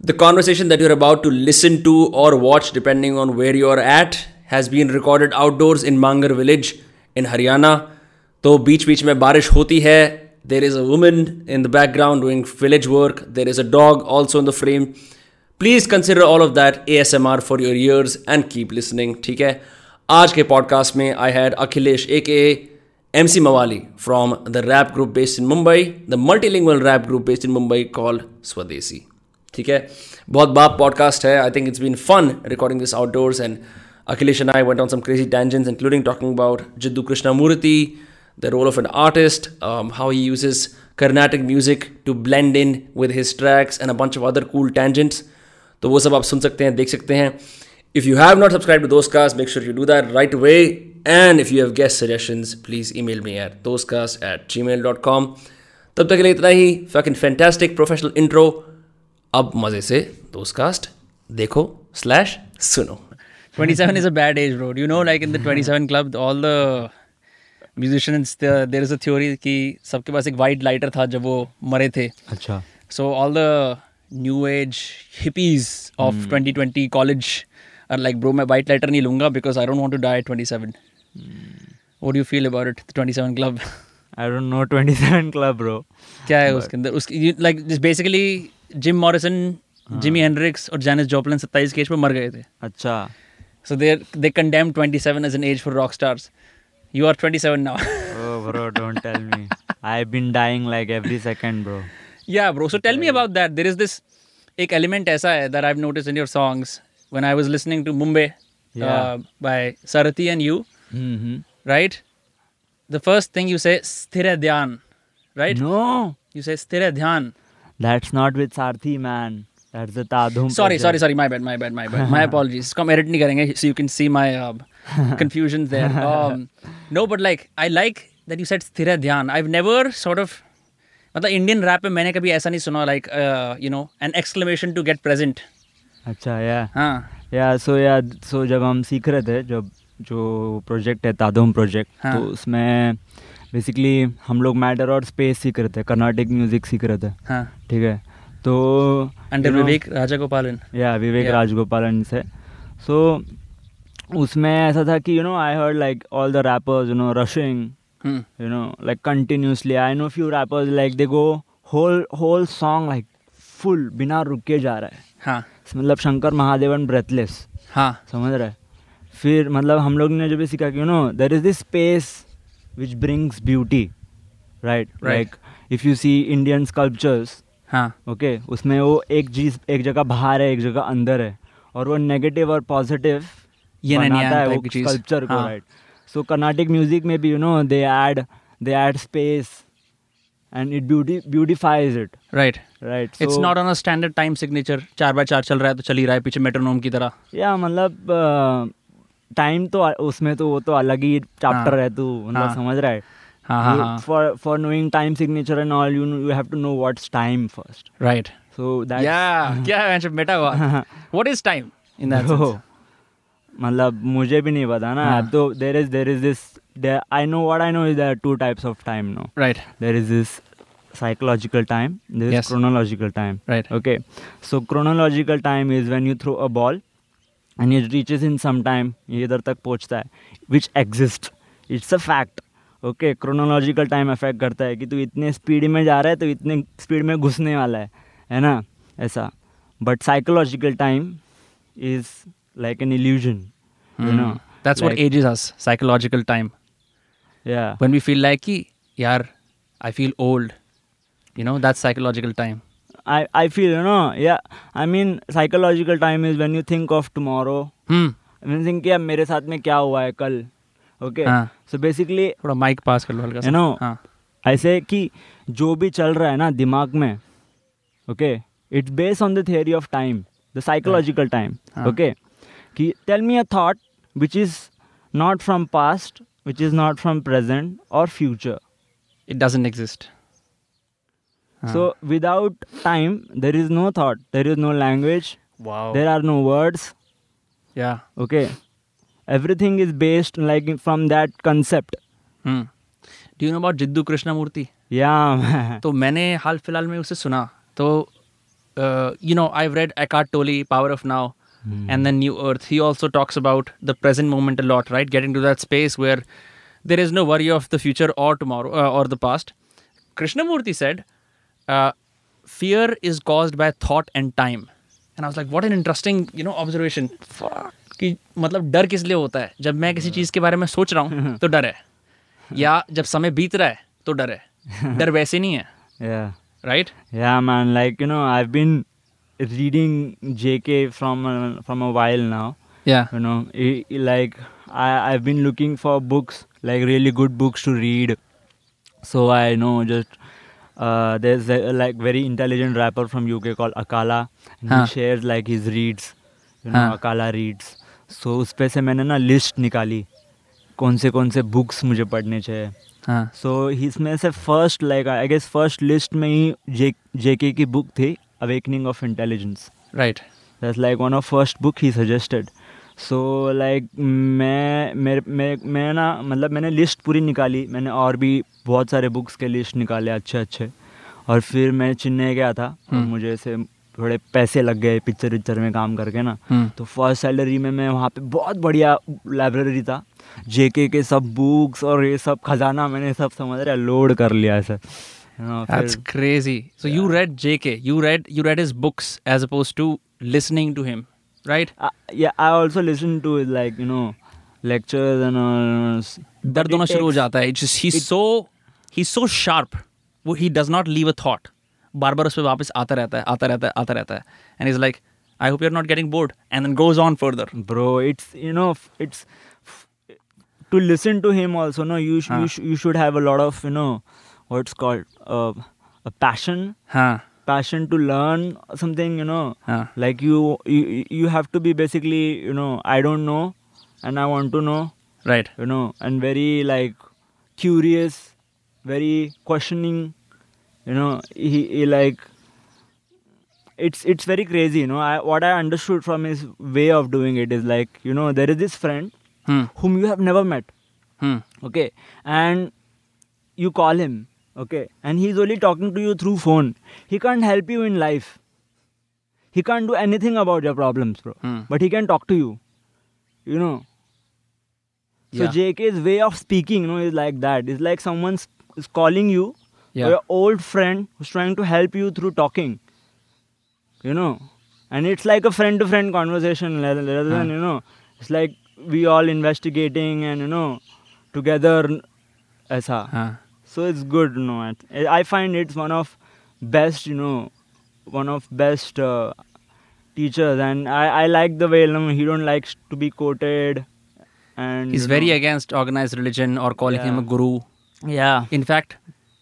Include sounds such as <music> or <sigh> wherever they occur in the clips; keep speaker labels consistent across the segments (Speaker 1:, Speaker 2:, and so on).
Speaker 1: The conversation that you're about to listen to or watch, depending on where you're at, has been recorded outdoors in Mangar village in Haryana. तो बीच बीच में बारिश होती है there is a woman in the background doing village work there is a dog also in the frame please consider all of that A S M R for your ears and keep listening ठीक है आज के podcast में आई had Akhilesh A K M C Mawali from the rap group based in Mumbai the multilingual rap group based in Mumbai call Swadesi ठीक है बहुत बाप podcast है I think it's been fun recording this outdoors and Akhilesh and I went on some crazy tangents including talking about Jiddu Krishnamurti the role of an artist how he uses Carnatic music to blend in with his tracks and a bunch of other cool tangents तो वो सब आप सुन सकते हैं देख सकते हैं if you have not subscribe to दोस्त cast make sure you do that right way and if you have guest suggestions please email me at दोस्त cast at Gmail dot com तब तक के लिए इतना ही fucking fantastic professional intro अब मज़े से दोस्त कास्ट देखो स्लैश सुनो
Speaker 2: 27 is a bad age, bro. You know, like in the 27 club, all the musicians, there, there is a theory कि सबके पास एक वाइट लाइटर था जब वो मरे थे
Speaker 3: अच्छा
Speaker 2: so all the new age hippies of
Speaker 1: Hmm.
Speaker 2: 2020 college are like bro मैं वाइट लाइटर नहीं लूंगा because I don't want to die at 27 what you feel about it 27 <laughs> club
Speaker 3: I don't know 27 club bro
Speaker 2: क्या है उसके अंदर उसकी like basically Jim Morrison
Speaker 3: हाँ।
Speaker 2: Jimi Hendrix और जैनिस जॉपलिन 27 के एज पर मर गए थे
Speaker 3: अच्छा
Speaker 2: So they they condemn 27 as an age for rock stars. You are 27 now. <laughs>
Speaker 3: oh bro don't tell me i've been dying like every second bro
Speaker 2: yeah, bro. So tell me about that. There is this एक element ऐसा है that I've noticed in your songs when I was listening to Mumbai uh,
Speaker 3: Yeah.
Speaker 2: by Sarathi and you,
Speaker 3: mm-hmm.
Speaker 2: right? The first thing you say sthira dhyan, right?
Speaker 3: no
Speaker 2: You say sthira dhyan.
Speaker 3: that's not with sarthi man that's the tadhum
Speaker 2: Sorry,
Speaker 3: project.
Speaker 2: sorry, sorry. My bad, my bad, my
Speaker 3: <laughs>
Speaker 2: bad. My apologies. इसको हम edit नहीं करेंगे so you can see my uh,
Speaker 3: <laughs>
Speaker 2: confusions there. Um, no, but like I like that you said sthira dhyan. I've never sort of मतलब Indian rap में मैंने कभी ऐसा नहीं सुना uh, like you know an exclamation to get present
Speaker 3: अच्छा या
Speaker 2: हाँ
Speaker 3: या सो या सो जब हम सीख रहे थे जब जो प्रोजेक्ट है तादोम प्रोजेक्ट
Speaker 2: हाँ.
Speaker 3: तो उसमें बेसिकली हम लोग मैटर और स्पेस सीख रहे थे कर्नाटिक म्यूजिक सीख रहे थे
Speaker 2: हाँ
Speaker 3: ठीक है तो
Speaker 2: under
Speaker 3: you know-
Speaker 2: Vivek Raja Gopalan
Speaker 3: या विवेक
Speaker 2: Yeah.
Speaker 3: राजगोपालन से सो उसमें ऐसा था कि you know I heard like all the rappers you know rushing
Speaker 2: Hmm,
Speaker 3: you know like continuously I know few rappers like they go whole whole song like full बिना रुके जा रहा है
Speaker 2: हाँ
Speaker 3: मतलब शंकर महादेवन ब्रेथलेस
Speaker 2: हाँ
Speaker 3: समझ रहा है फिर मतलब हम लोग ने जो भी सीखा कि you know there is this space which brings beauty right
Speaker 2: Right.
Speaker 3: Like if you see Indian sculptures
Speaker 2: हाँ
Speaker 3: ओके उसमें वो एक चीज एक जगह बाहर है एक जगह अंदर है और वो नेगेटिव और पॉजिटिव
Speaker 2: Yin and yang
Speaker 3: बनाता है
Speaker 2: type
Speaker 3: वो
Speaker 2: की चीज़।
Speaker 3: कल्चर को
Speaker 2: हाँ।
Speaker 3: राइट सो कर्नाटिक म्यूजिक में भी you know they add they add space and it beauty beautifies it
Speaker 2: right
Speaker 3: right
Speaker 2: it's not on a standard time signature चार बाय चार चल रहा है तो चल ही रहा है पीछे मेट्रोनोम की तरह
Speaker 3: या मतलब टाइम तो अ- उसमें तो वो तो अलग ही चैप्टर
Speaker 2: हाँ।
Speaker 3: है तू मतलब
Speaker 2: हाँ।
Speaker 3: समझ रहा
Speaker 2: हाँ हाँ
Speaker 3: है
Speaker 2: हाँ
Speaker 3: for for knowing time signature and all you you have to know what's time first
Speaker 2: right
Speaker 3: so that
Speaker 2: yeah <laughs> क्या है मैंने बेटा हुआ
Speaker 3: <laughs>
Speaker 2: what is time in that
Speaker 3: Bro,
Speaker 2: sense
Speaker 3: मतलब मुझे भी नहीं पता ना
Speaker 2: हाँ।
Speaker 3: अब तो there is there is this I know what i know is there are two types of time now
Speaker 2: right
Speaker 3: there is this psychological time there is
Speaker 2: Yes.
Speaker 3: chronological time
Speaker 2: right
Speaker 3: okay so chronological time is when you throw a ball and it reaches in some time ये इधर तक पहुंचता है which exists it's a fact okay chronological time affect करता है कि तू इतने स्पीड में जा रहा है तो इतने स्पीड में घुसने वाला है है ना ऐसा but psychological time is like an illusion you know
Speaker 2: Hmm. that's what
Speaker 3: like-
Speaker 2: ages us psychological time
Speaker 3: या
Speaker 2: when we feel like "Ki, yaar I feel old you know that's psychological time
Speaker 3: I I feel you know या I mean psychological time is when you think of tomorrow
Speaker 2: hmm
Speaker 3: mean think किया मेरे साथ में क्या हुआ है कल okay
Speaker 2: हाँ।
Speaker 3: सो बेसिकली
Speaker 2: थोड़ा mic pass कर लो हल्का सा
Speaker 3: You know-
Speaker 2: हाँ
Speaker 3: ऐसे कि जो भी चल रहा है ना दिमाग में okay it's based on the theory of time the psychological time
Speaker 2: हाँ।
Speaker 3: ओके कि tell me a thought which is not from past which is not from present और फ्यूचर
Speaker 2: it doesn't exist हाँ.
Speaker 3: So without time there is no thought there is no language
Speaker 2: wow
Speaker 3: there are no words
Speaker 2: yeah
Speaker 3: okay everything is based like from that concept
Speaker 2: hmm do
Speaker 3: <laughs>
Speaker 2: you know about jiddu krishnamurti
Speaker 3: या
Speaker 2: तो मैंने हाल फिलहाल में उसे सुना तो uh, you know, I've read Eckhart Tolle, Power of Now, and then New Earth. He also talks about the present moment a lot, right? Getting to that space where there is no worry of the future or tomorrow uh, or the past. Krishnamurti said, uh, "Fear is caused by thought and time." And I was like, "What an interesting, you know, observation." Fuck. कि मतलब डर किस लिए होता है जब मैं किसी चीज़ के बारे में सोच रहा हूँ तो डर है या जब समय बीत रहा है तो डर है डर वैसे नहीं है
Speaker 3: yeah
Speaker 2: right?
Speaker 3: yeah man like you know i've been reading jk from uh, from a while now
Speaker 2: Yeah.
Speaker 3: you know i- i- like I, i've been looking for books like really good books to read so i know just uh, there's a, like very intelligent rapper from uk called akala and
Speaker 2: हाँ.
Speaker 3: he shares like his reads you know
Speaker 2: हाँ.
Speaker 3: akala reads so उस पे से मैंने ना list निकाली कौन से कौन से बुक्स मुझे पढ़ने चाहिए
Speaker 2: हाँ
Speaker 3: सो इसमें से first like I guess first list में ही जे जेके की बुक थी awakening of intelligence
Speaker 2: right
Speaker 3: that's like one of first book he suggested so like मैं मेरे मैं मैं ना मतलब मैंने लिस्ट पूरी निकाली मैंने और भी बहुत सारे बुक्स के लिस्ट निकाले अच्छे अच्छे और फिर मैं चेन्नई गया था और
Speaker 2: हम्म।
Speaker 3: मुझे ऐसे थोड़े पैसे लग गए पिक्चर विक्चर में काम करके ना
Speaker 2: हम्म।
Speaker 3: तो फर्स्ट सैलरी में मैं वहाँ पे बहुत बढ़िया लाइब्रेरी था जेके के सब बुक्स और ये सब खजाना मैंने सब समझ रहा लोड कर लिया ऐसे हाँ, फिर-
Speaker 2: that's crazy so you read JK you read you read his books as opposed to listening to him right
Speaker 3: Uh, yeah, I also listen to like you know lectures and all.
Speaker 2: दर्द होना शुरू हो जाता है he
Speaker 3: it-
Speaker 2: so he so sharp वो he does not leave a thought बार बार उस पर वापस आता रहता है आता रहता है आता रहता है and is like I hope you are not getting bored and then goes on further
Speaker 3: bro. It's you know f- it's f- to listen to him also. No, you sh-
Speaker 2: Huh.
Speaker 3: you, sh- you should have a lot of you know what's called uh, a passion,
Speaker 2: हाँ
Speaker 3: passion to learn something. You know,
Speaker 2: हाँ
Speaker 3: like you you you have to be basically you know I don't know and I want to know.
Speaker 2: Right
Speaker 3: you know, and very like curious, very questioning, you know, he, he like it's it's very crazy, you know. I, what I understood from his way of doing it is like, you know, there is this friend whom you have never met, okay, and you call him, okay, and he's only talking to you through phone. He can't help you in life. He can't do anything about your problems, bro.
Speaker 2: Hmm.
Speaker 3: But he can talk to you. You know, so
Speaker 2: Yeah.
Speaker 3: JK's way of speaking, you know, is like that. It's like someone's is calling you,
Speaker 2: Yeah.
Speaker 3: or your old friend who's trying to help you through talking. You know, and it's like a friend-to-friend conversation rather rather than you know, it's like we all investigating and you know, together, aisa.
Speaker 2: हाँ
Speaker 3: So it's good, you know. and eh, I I find it's one of best, you know, one of best uh, teachers, and I, I like the way you know, he don't likes to be quoted, and
Speaker 2: he's
Speaker 3: you
Speaker 2: very
Speaker 3: know,
Speaker 2: against organized religion or calling him a
Speaker 3: Yeah.
Speaker 2: guru
Speaker 3: yeah
Speaker 2: in fact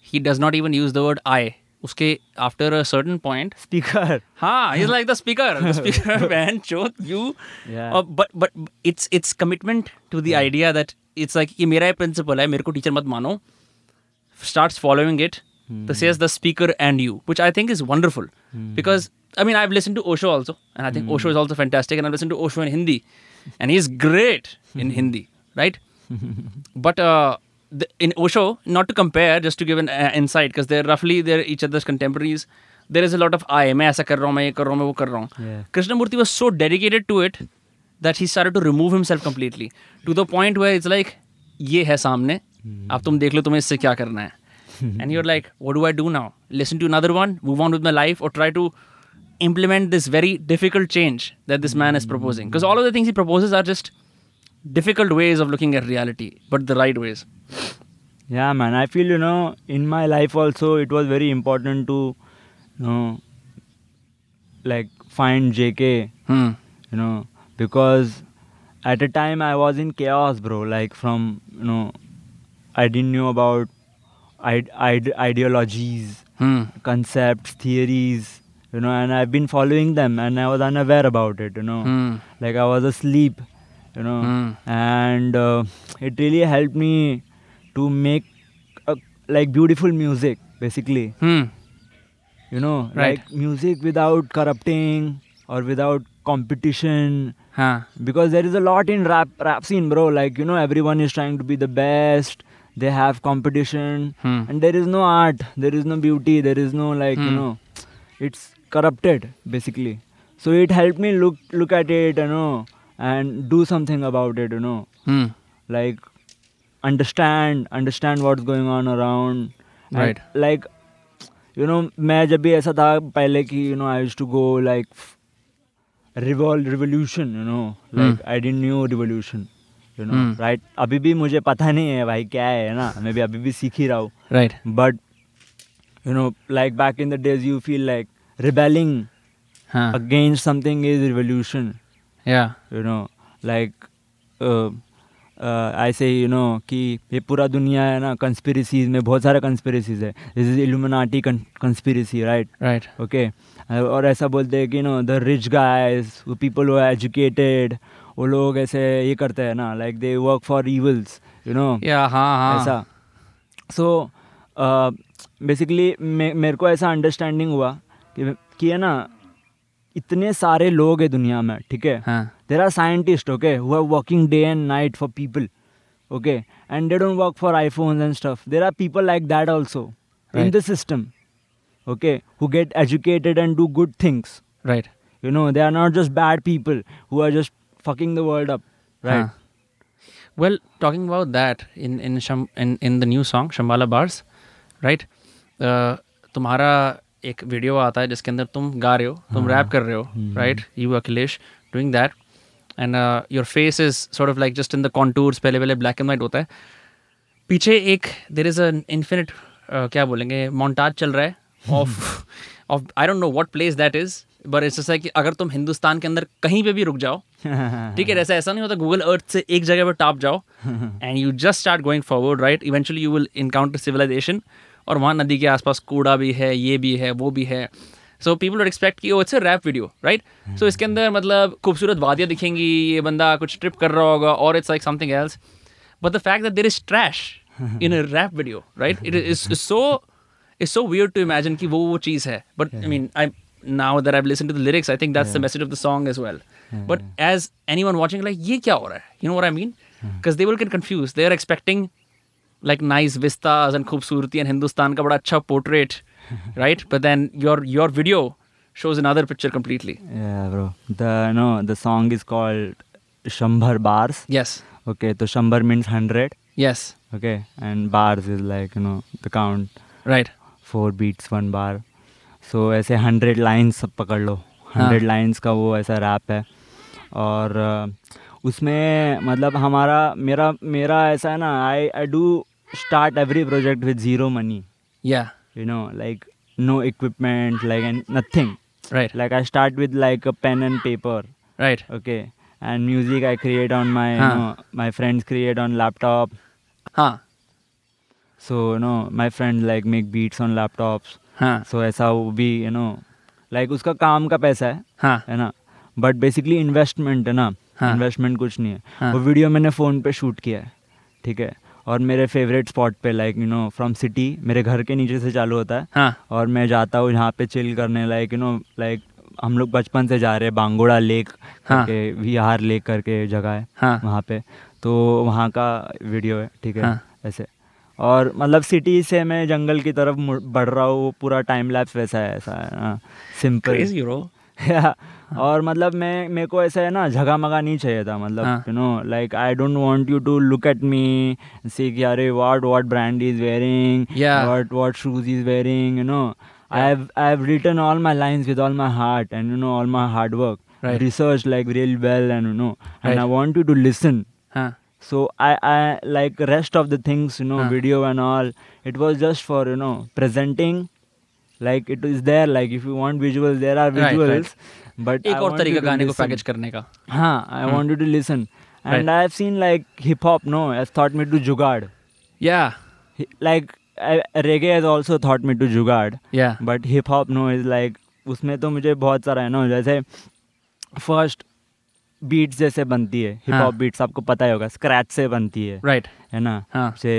Speaker 2: he does not even use the word i उसके after a certain point
Speaker 3: speaker.
Speaker 2: हाँ he's like the speaker the speaker <laughs> man चोत you
Speaker 3: Yeah.
Speaker 2: uh, but but it's it's commitment to the idea that it's like ये मेरा ही principle है मेरे को teacher मत मानो starts following it the says the speaker and you which I think is wonderful because I mean I've listened to Osho also and I think Osho is also fantastic and I've listened to Osho in Hindi and he's great in Hindi right but uh, the, in Osho, not to compare, just to give an uh, insight, because they're roughly they're each other's contemporaries. There is a lot of I, मैं ऐसा कर रहा हूँ मैं ये कर रहा हूँ मैं वो कर रहा हूँ
Speaker 3: Yeah.
Speaker 2: Krishnamurti was so dedicated to it that he started to remove himself completely to the point where it's like ये है सामने अब तुम देख लो तुम्हें इससे क्या करना <laughs> है and you're like what do I do now listen to another one move on with my life or try to implement this very difficult change that this man is proposing because all of the things he proposes are just difficult ways of looking at reality, but the right ways.
Speaker 3: <laughs> Yeah, man. I feel you know in my life also it was very important to, you know, like find JK.
Speaker 2: Hmm.
Speaker 3: you know because at a time i was in chaos bro like from you know i didn't know about ide- ide- ideologies
Speaker 2: Hmm.
Speaker 3: concepts theories you know and i've been following them and i was unaware about it you know
Speaker 2: Hmm.
Speaker 3: like i was asleep you know
Speaker 2: Mm.
Speaker 3: and uh, it really helped me to make a, like beautiful music basically
Speaker 2: Hmm.
Speaker 3: you know
Speaker 2: Right.
Speaker 3: like music without corrupting or without competition
Speaker 2: Huh.
Speaker 3: because there is a lot in rap rap scene bro like you know everyone is trying to be the best they have competition
Speaker 2: Hmm.
Speaker 3: and there is no art there is no beauty there is no like you
Speaker 2: Hmm.
Speaker 3: know it's corrupted basically so it helped me look look at it you know and do something about it you know
Speaker 2: Hmm.
Speaker 3: like understand understand what's going on around And,
Speaker 2: Right.
Speaker 3: like you know मैं जब भी ऐसा था पहले कि you know I used to go like revolve revolution you know like I didn't knew revolution you know
Speaker 2: Hmm.
Speaker 3: right अभी भी मुझे पता नहीं है भाई क्या है ना मैं भी अभी भी सीख ही रहा हूँ
Speaker 2: Right.
Speaker 3: but you know like back in the days you feel like rebelling
Speaker 2: Huh.
Speaker 3: against something is revolution
Speaker 2: Yeah.
Speaker 3: You know like uh, ऐसे यू नो कि ये पूरा दुनिया है ना कंस्पिरसीज में बहुत सारा कंस्पिरसीज है this is Illuminati conspiracy right
Speaker 2: Right.
Speaker 3: Okay Uh, और ऐसा बोलते हैं कि no the rich guys people who educated वो लोग ऐसे ये करते हैं ना like they work for evils you know
Speaker 2: Yeah. हाँ हाँ.
Speaker 3: ऐसा सो बेसिकली uh, मेरे को ऐसा अंडरस्टैंडिंग हुआ कि कि है ना इतने सारे लोग हैं दुनिया में ठीक है
Speaker 2: हाँ.
Speaker 3: there are scientists okay who are working day and night for people okay and they don't work for iphones and stuff there are people like that also in
Speaker 2: Right.
Speaker 3: the system okay who get educated and do good things
Speaker 2: Right.
Speaker 3: you know they are not just bad people who are just fucking the world up right
Speaker 2: Huh. Well, talking about that in in Sham, in in the new song Shambhala Bars, right? Uh, तुम्हारा एक video आता है जिसके अंदर तुम गा रहे हो तुम रैप कर रहे हो right you Akhilesh doing that and your face is sort of like just in the contours पहले पहले ब्लैक एंड वाइट होता है पीछे एक there is an infinite uh, क्या बोलेंगे मोन्टाज चल रहा है of of I don't know what place that is but it's कि अगर तुम हिंदुस्तान के अंदर कहीं पे भी रुक जाओ
Speaker 3: <laughs> हाँ,
Speaker 2: ठीक है ऐसा ऐसा नहीं होता गूगल अर्थ से एक जगह पर टाप जाओ and you just start going forward right eventually you will encounter civilisation और वहाँ नदी के आसपास कूड़ा भी है ये भी है वो भी है सो पीपल वुड एक्सपेक्ट कि "Oh, oh it's a rap video right so इसके अंदर मतलब खूबसूरत वादियाँ दिखेंगी ये बंदा कुछ ट्रिप कर रहा होगा और it's like something else but the fact that there is trash in a rap video right it is so it's so weird to imagine कि वो वो चीज़ है but I mean I now that I've listened to the lyrics I think that's the message of the song as well but as anyone watching like ये क्या हो रहा है you know what I mean because they will get confused they are expecting like nice vistas and खूबसूरती and Hindustan का बड़ा अच्छा
Speaker 3: <laughs>
Speaker 2: portrait right but then your your video shows another picture completely
Speaker 3: yeah bro the no the song is called shambhar bars
Speaker 2: yes
Speaker 3: okay so shambhar means 100
Speaker 2: yes
Speaker 3: okay and bars is like you know the count
Speaker 2: right
Speaker 3: four beats one bar so ऐसे hundred lines सब पकड़ लो hundred lines का वो ऐसा rap है और अ, उसमें मतलब हमारा मेरा मेरा ऐसा है ना I I do start every project with zero money
Speaker 2: yeah
Speaker 3: you know like no equipment like and nothing
Speaker 2: right
Speaker 3: like I start with like a pen and paper
Speaker 2: right
Speaker 3: okay and music I create on my
Speaker 2: हाँ.
Speaker 3: My friends create on laptop
Speaker 2: हाँ
Speaker 3: so no my friend like make beats on laptops
Speaker 2: हाँ
Speaker 3: so ऐसा वो भी you know like उसका काम का पैसा है
Speaker 2: हाँ
Speaker 3: है ना बट बेसिकली इन्वेस्टमेंट है ना
Speaker 2: हाँ।
Speaker 3: इन्वेस्टमेंट कुछ नहीं है
Speaker 2: हाँ।
Speaker 3: वो वीडियो मैंने फ़ोन पे शूट किया है ठीक है और मेरे फेवरेट स्पॉट पे like you know from city मेरे घर के नीचे से चालू होता है
Speaker 2: हाँ
Speaker 3: और मैं जाता हूँ यहाँ पे चिल करने लाइक यू नो लाइक हम लोग बचपन से जा रहे हैं बांगोड़ा लेक
Speaker 2: हाँ।
Speaker 3: करके विहार लेक करके जगह है
Speaker 2: हाँ।
Speaker 3: वहाँ पे तो वहाँ का वीडियो है ठीक है
Speaker 2: हाँ।
Speaker 3: ऐसे और मतलब सिटी से मैं जंगल की तरफ मुड़- बढ़ रहा हूँ वो पूरा टाइम लैप्स वैसा है हाँ। ऐसा सिंपल
Speaker 2: crazy bro
Speaker 3: <laughs> या और मतलब मैं मेरे को ऐसा है ना झगा मगा नहीं चाहिए था
Speaker 2: हाँ।
Speaker 3: मतलब you know like I don't want you to look at me see कि अरे what what brand is wearing
Speaker 2: Yeah.
Speaker 3: What what shoes is wearing you know I have I have written all my lines with all my heart and you know all my hard work
Speaker 2: Right.
Speaker 3: Research like real well and you know and I
Speaker 2: Right.
Speaker 3: Want you to listen
Speaker 2: हाँ
Speaker 3: so i i like rest of the things you know
Speaker 2: Huh.
Speaker 3: video and all it was just for you know presenting like it is there like if you want visuals there are
Speaker 2: Right,
Speaker 3: visuals
Speaker 2: right.
Speaker 3: but
Speaker 2: एक
Speaker 3: I
Speaker 2: और
Speaker 3: want you
Speaker 2: तरीका
Speaker 3: to
Speaker 2: गाने को
Speaker 3: listen.
Speaker 2: Package करने का
Speaker 3: हाँ, i want you to listen and
Speaker 2: Right.
Speaker 3: i have seen like hip hop no has taught me to jugaad
Speaker 2: Yeah,
Speaker 3: Hi- like I, reggae has also taught me to jugaad
Speaker 2: yeah,
Speaker 3: but hip hop no is like उसमें तो मुझे बहुत सारा है ना जैसे first beats जैसे बनती है हिप
Speaker 2: हाँ।
Speaker 3: हॉप बीट्स आपको पता ही होगा स्क्रैच से बनती है
Speaker 2: right.
Speaker 3: है ना
Speaker 2: हाँ।
Speaker 3: से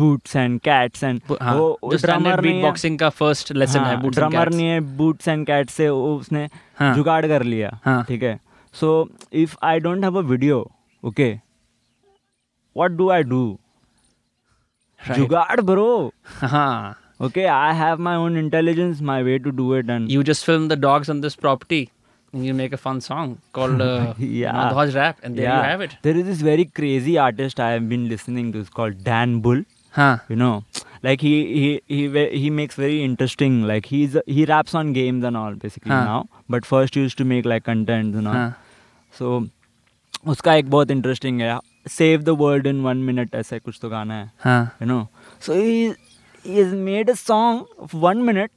Speaker 3: बूट्स एंड कैट्स एंड
Speaker 2: ब- हाँ, जो standard beatboxing का first lesson
Speaker 3: हाँ,
Speaker 2: है, boots and
Speaker 3: ड्रमर
Speaker 2: cats.
Speaker 3: नहीं है बूट्स एंड कैट्स से वो उसने
Speaker 2: हाँ।
Speaker 3: जुगाड़ कर
Speaker 2: हाँ।
Speaker 3: लिया ठीक है so if I don't have a video okay what do I do
Speaker 2: Right.
Speaker 3: Jugaad bro
Speaker 2: <laughs> हाँ
Speaker 3: Okay, I have my own intelligence, my way to do it, and
Speaker 2: You just film the dogs on this property and you make a fun song called
Speaker 3: <laughs>
Speaker 2: uh,
Speaker 3: Yeah.
Speaker 2: Madhwaj Rap and there you have it.
Speaker 3: There is this very crazy artist I have been listening to. It's called Dan Bull.
Speaker 2: Huh.
Speaker 3: You know, like he he he ve- he makes very interesting. Like he's he raps on games and all basically
Speaker 2: Huh.
Speaker 3: now. But first used to make like content and all.
Speaker 2: Huh.
Speaker 3: सो उसका एक बहुत interesting है save the world in one minute ऐसा कुछ तो गाना है
Speaker 2: Huh.
Speaker 3: you know so he he has made a song of one minute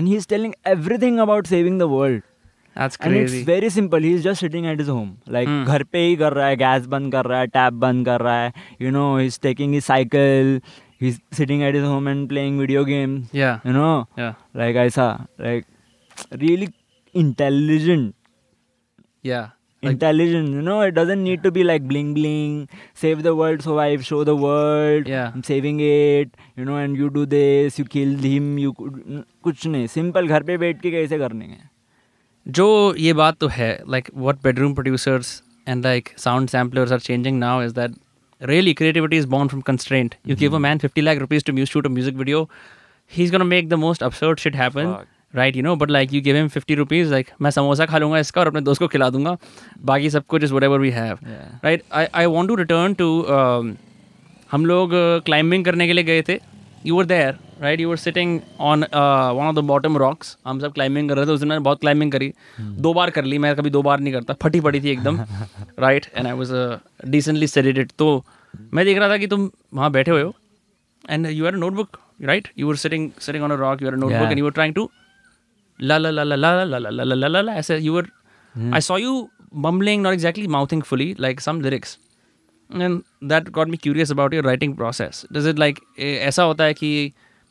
Speaker 3: and he's telling everything about saving the world
Speaker 2: That's
Speaker 3: and it's
Speaker 2: crazy.
Speaker 3: very simple he's just sitting at his home like
Speaker 2: Hmm.
Speaker 3: घर पे ही कर रहा है gas बंद कर रहा है tap बंद कर रहा है you know he's taking his cycle he's sitting at his home and playing video games
Speaker 2: Yeah.
Speaker 3: you know
Speaker 2: Yeah.
Speaker 3: like ऐसा like really intelligent
Speaker 2: Yeah.
Speaker 3: intelligent you know it doesn't need to be like bling bling save the world so i show the world
Speaker 2: Yeah.
Speaker 3: i'm saving it you know and you do this you kill him you could- कुछ नहीं simple घर पे बैठ के कैसे करने हैं
Speaker 2: जो ये बात तो है like what bedroom producers and like sound samplers are changing now is that really creativity is born from constraint
Speaker 3: Mm-hmm.
Speaker 2: you give a man 50 lakh rupees to mu- shoot a music video he's gonna make the most absurd shit happen
Speaker 3: Fuck.
Speaker 2: right you know but like you give him 50 rupees like मैं समोसा खा लूंगा इसका और अपने दोस्त को खिला दूंगा बाकी सब कुछ is whatever we have
Speaker 3: Yeah.
Speaker 2: right i i want to return to um, हम लोग क्लाइंबिंग करने के लिए गए थे you were there right you were sitting on one of the bottom rocks हम सब क्लाइंबिंग कर रहे थे उस दिन मैंने बहुत क्लाइंबिंग करी दो बार कर ली मैं कभी दो बार नहीं करता फटी पड़ी थी एकदम right and I was decently sedated uh, तो मैं देख रहा था कि तुम वहाँ बैठे हुए हो and you are a notebook right you are sitting sitting on a rock you are notebook
Speaker 3: Yeah.
Speaker 2: And you are trying to la la la la la la la la la la la la ऐसे you were I saw you mumbling not exactly mouthing fully like some lyrics and that got me curious about your writing process does it like eh, ऐसा होता है कि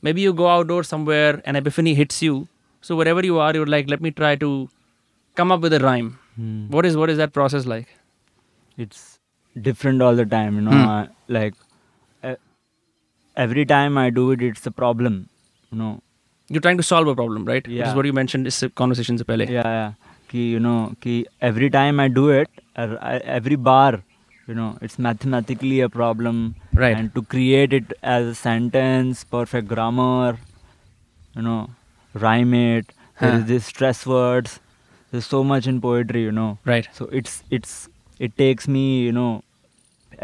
Speaker 2: maybe you go outdoors somewhere and epiphany hits you so wherever you are you're like let me try to come up with a rhyme what is what is that process like
Speaker 3: it's different all the time you know
Speaker 2: Hmm.
Speaker 3: I- like e- every time i do it it's a problem you know
Speaker 2: you're trying to solve a problem right which is
Speaker 3: Yeah.
Speaker 2: what you mentioned इस conversation से पहले
Speaker 3: yeah, yeah. कि you know कि every time I do it or I- every bar you know it's mathematically a problem
Speaker 2: Right.
Speaker 3: and to create it as a sentence perfect grammar you know rhyme it there
Speaker 2: Huh.
Speaker 3: is this stress words there's so much in poetry you know
Speaker 2: right
Speaker 3: so it's it's it takes me you know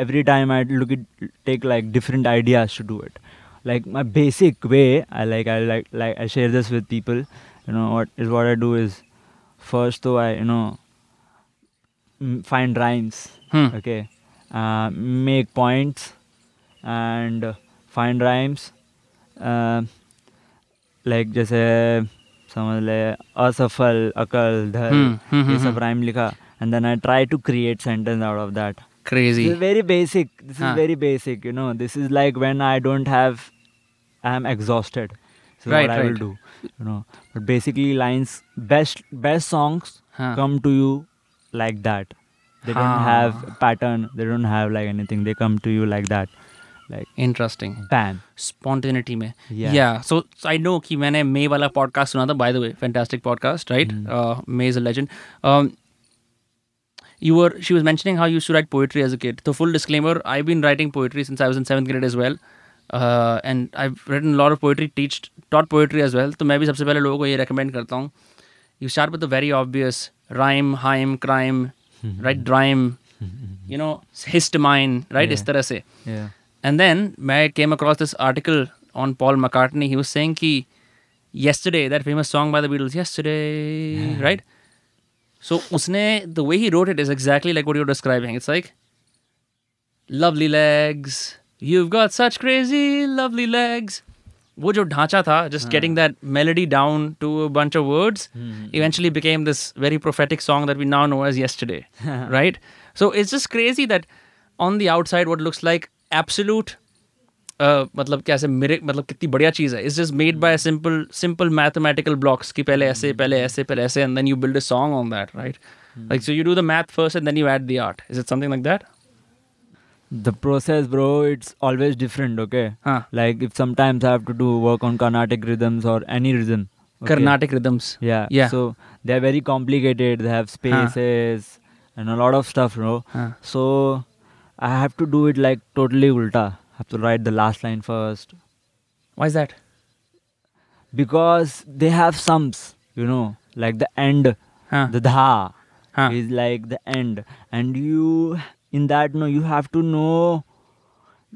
Speaker 3: every time I look it take like different ideas to do it like my basic way I like I like like I share this with people you know what is what I do is first though I you know mm, find rhymes
Speaker 2: Hmm.
Speaker 3: okay uh, make points and uh, find rhymes uh, like जैसे समझ ले असफल अकल धर
Speaker 2: Hmm, hmm,
Speaker 3: ये
Speaker 2: hmm,
Speaker 3: सब
Speaker 2: hmm.
Speaker 3: rhyme लिखा and then I try to create sentence out of that
Speaker 2: crazy
Speaker 3: this is very basic. This
Speaker 2: Huh.
Speaker 3: is very basic. You know, this is like when I don't have, I am exhausted. So
Speaker 2: Right,
Speaker 3: what I will
Speaker 2: right.
Speaker 3: do. You know, but basically lines best best songs
Speaker 2: Huh.
Speaker 3: come to you like that. They don't
Speaker 2: Huh.
Speaker 3: have a pattern. They don't have like anything. They come to you like that, like
Speaker 2: interesting
Speaker 3: bam.
Speaker 2: Spontaneity में
Speaker 3: Yeah.
Speaker 2: या so I know कि मैंने May वाला podcast सुना था by the way fantastic podcast right
Speaker 3: Hmm.
Speaker 2: May is a legend Um, you were she was mentioning how you used to write poetry as a kid so full disclaimer i've been writing poetry since i was in seventh grade as well uh, and i've written a lot of poetry teached taught poetry as well तो मैं भी सबसे पहले लोगों को ये recommend करता हूँ you start with the very obvious rhyme haim crime
Speaker 3: <laughs>
Speaker 2: right rhyme you know histamine right इस तरह से
Speaker 3: Yeah.
Speaker 2: And then I came across this article on Paul McCartney. He was saying ki yesterday, that famous song by the Beatles, yesterday, right? So usne the way he wrote it is exactly like what you're describing. It's like lovely legs, you've got such crazy lovely legs. वो जो ढांचा था just getting that melody down to a bunch of words eventually became this very prophetic song that we now know as yesterday right so it's just crazy that on the outside what looks like absolute uh, मतलब क्या ऐसे मेरे मतलब कितनी बढ़िया चीज़ है is just made by simple simple mathematical blocks कि पहले ऐसे पहले ऐसे पहले ऐसे and then you build a song on that right like so you do the math first and then you add the art is it something like that
Speaker 3: The process, bro, it's always different. Okay.
Speaker 2: हाँ
Speaker 3: Like if sometimes I have to do work on Carnatic rhythms or any rhythm. okay?
Speaker 2: Carnatic rhythms
Speaker 3: Yeah.
Speaker 2: Yeah.
Speaker 3: So they're very complicated. They have spaces and a lot of stuff, bro.
Speaker 2: हाँ
Speaker 3: So I have to do it like totally ulta. I have to write the last line first.
Speaker 2: Why is that
Speaker 3: because they have sums, you know, like the end,
Speaker 2: Huh.
Speaker 3: the dha
Speaker 2: Huh.
Speaker 3: is like the end, and you in that no, you have to know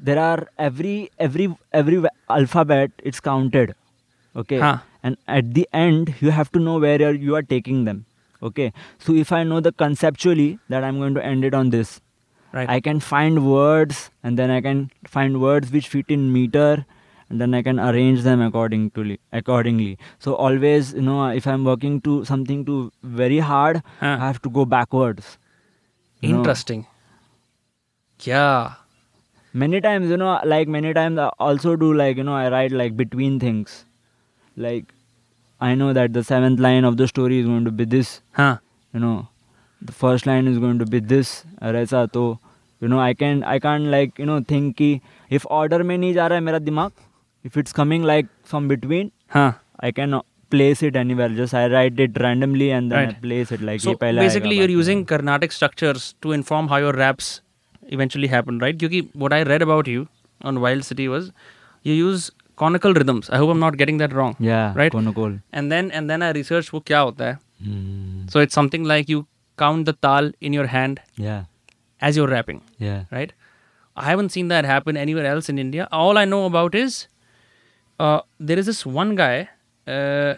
Speaker 3: there are every every every alphabet it's counted, okay,
Speaker 2: Huh.
Speaker 3: and at the end you have to know where you're- you are taking them, okay. So if I know the conceptually that I'm going to end it on this,
Speaker 2: Right.
Speaker 3: I can find words and then I can find words which fit in meter and then I can arrange them according to accordingly. So always, you know, if I'm working to something too very hard,
Speaker 2: Huh.
Speaker 3: I have to go backwards. you know.
Speaker 2: Interesting. Yeah.
Speaker 3: Many times, you know, like many times I also do like, you know, I write like between things. Like I know that the seventh line of the story is going to be this,
Speaker 2: Huh.
Speaker 3: you know the first line is going to be this और ऐसा तो you know i can i can't like you know think कि if order में नहीं जा रहा है मेरा दिमाग if it's coming like from between
Speaker 2: Huh.
Speaker 3: i can place it anywhere just i write it randomly and then
Speaker 2: Right.
Speaker 3: i place it like
Speaker 2: so
Speaker 3: ये पहले आएगा,
Speaker 2: basically you're
Speaker 3: बाद में
Speaker 2: using carnatic structures to inform how your raps eventually happen right because what i read about you on wild city was you use conical rhythms i hope i'm not getting that wrong
Speaker 3: आएगा. yeah
Speaker 2: right
Speaker 3: conical
Speaker 2: and then and then i researched wo kya hota hai.
Speaker 3: Hmm.
Speaker 2: so it's something like you count the tal in your hand
Speaker 3: yeah
Speaker 2: as you're rapping
Speaker 3: yeah
Speaker 2: right i haven't seen that happen anywhere else in india all i know about is uh, there is this one guy uh,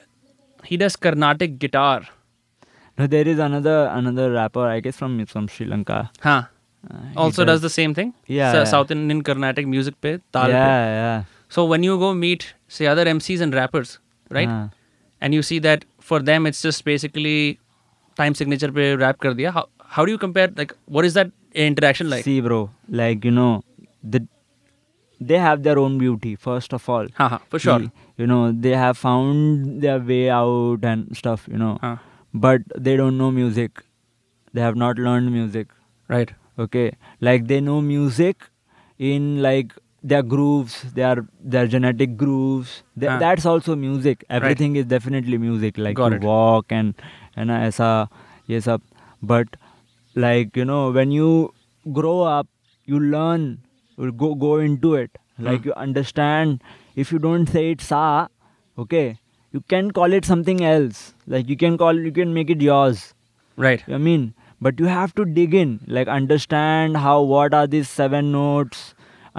Speaker 2: he does carnatic guitar
Speaker 3: no there is another another rapper i guess from from sri lanka
Speaker 2: huh
Speaker 3: Uh, he
Speaker 2: also does, the same thing
Speaker 3: Yeah,
Speaker 2: Sa-
Speaker 3: yeah.
Speaker 2: south indian carnatic music pe taal
Speaker 3: yeah
Speaker 2: pe.
Speaker 3: yeah
Speaker 2: so when you go meet say other mcs and rappers right
Speaker 3: हाँ.
Speaker 2: and you see that for them it's just basically time signature pe rap kar diya how, how do you compare like what is that interaction like
Speaker 3: see bro like you know the they have their own beauty first of all
Speaker 2: ha ha for sure
Speaker 3: Y- you know they have found their way out and stuff you know
Speaker 2: Huh.
Speaker 3: but they don't know music they have not learned music
Speaker 2: right
Speaker 3: okay like they know music in like their grooves their their genetic grooves Th-
Speaker 2: Huh.
Speaker 3: that's also music everything is definitely music like
Speaker 2: Got
Speaker 3: you
Speaker 2: it.
Speaker 3: walk and and aisa ye sab but like you know when you grow up you learn you go go into it like
Speaker 2: Hmm.
Speaker 3: you understand if you don't say it sa okay you can call it something else like you can call you can make it yours
Speaker 2: right
Speaker 3: I mean, but you have to dig in, like understand how what are these seven notes,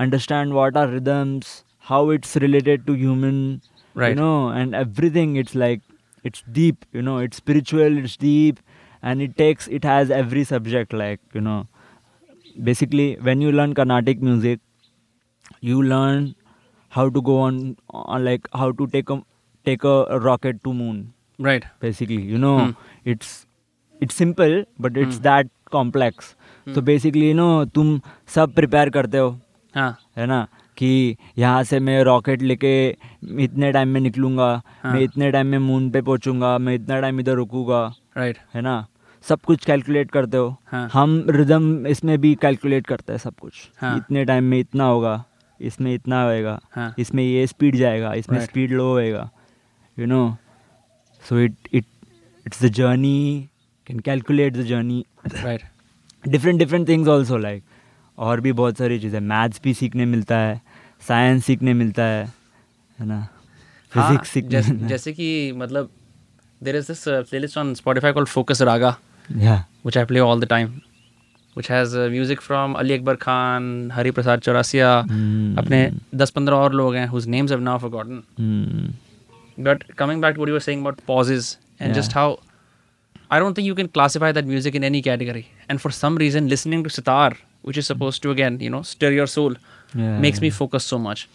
Speaker 3: understand what are rhythms, how it's related to human,
Speaker 2: Right.
Speaker 3: you know, and everything. It's like it's deep, you know, it's spiritual, it's deep, and it takes it has every subject, like you know, basically when you learn Carnatic music, you learn how to go on, on like how to take a take a rocket to moon
Speaker 2: right
Speaker 3: basically you know it's it's simple but it's that complex so basically you know तुम सब prepare करते हो
Speaker 2: ha
Speaker 3: है ना कि यहाँ से मैं रॉकेट लेके इतने टाइम में निकलूंगा मैं इतने टाइम में मून पे पहुंचूंगा मैं इतना टाइम इधर रुकूंगा
Speaker 2: right
Speaker 3: है ना सब कुछ कैलकुलेट करते हो
Speaker 2: हाँ।
Speaker 3: हम रिदम इसमें भी कैलकुलेट करते हैं सब कुछ
Speaker 2: हाँ।
Speaker 3: इतने टाइम में इतना होगा इसमें इतना होएगा
Speaker 2: हाँ।
Speaker 3: इसमें ये स्पीड जाएगा इसमें
Speaker 2: Right.
Speaker 3: स्पीड लो होएगा you know so it it it's the journey can calculate the journey
Speaker 2: right
Speaker 3: different different things also like और भी बहुत सारी चीज़ें मैथ्स भी सीखने मिलता है साइंस सीखने मिलता है है ना
Speaker 2: हाँ,
Speaker 3: फिजिक्स सीखने
Speaker 2: जैस-
Speaker 3: मिलता
Speaker 2: जैसे कि मतलब there is this playlist on Spotify called Focus रागा
Speaker 3: <laughs> है या
Speaker 2: which I play all the time, which has uh, music from Ali Akbar Khan, Hari Prasad Chaurasia, अपने 10-15 और लोग हैं whose names I've now forgotten.
Speaker 3: Hmm.
Speaker 2: But coming back to what you were saying about pauses and just how I don't think you can classify that music in any category. And for some reason, listening to sitar, which is supposed to again, you know, stir your soul,
Speaker 3: Yeah,
Speaker 2: makes me focus so much.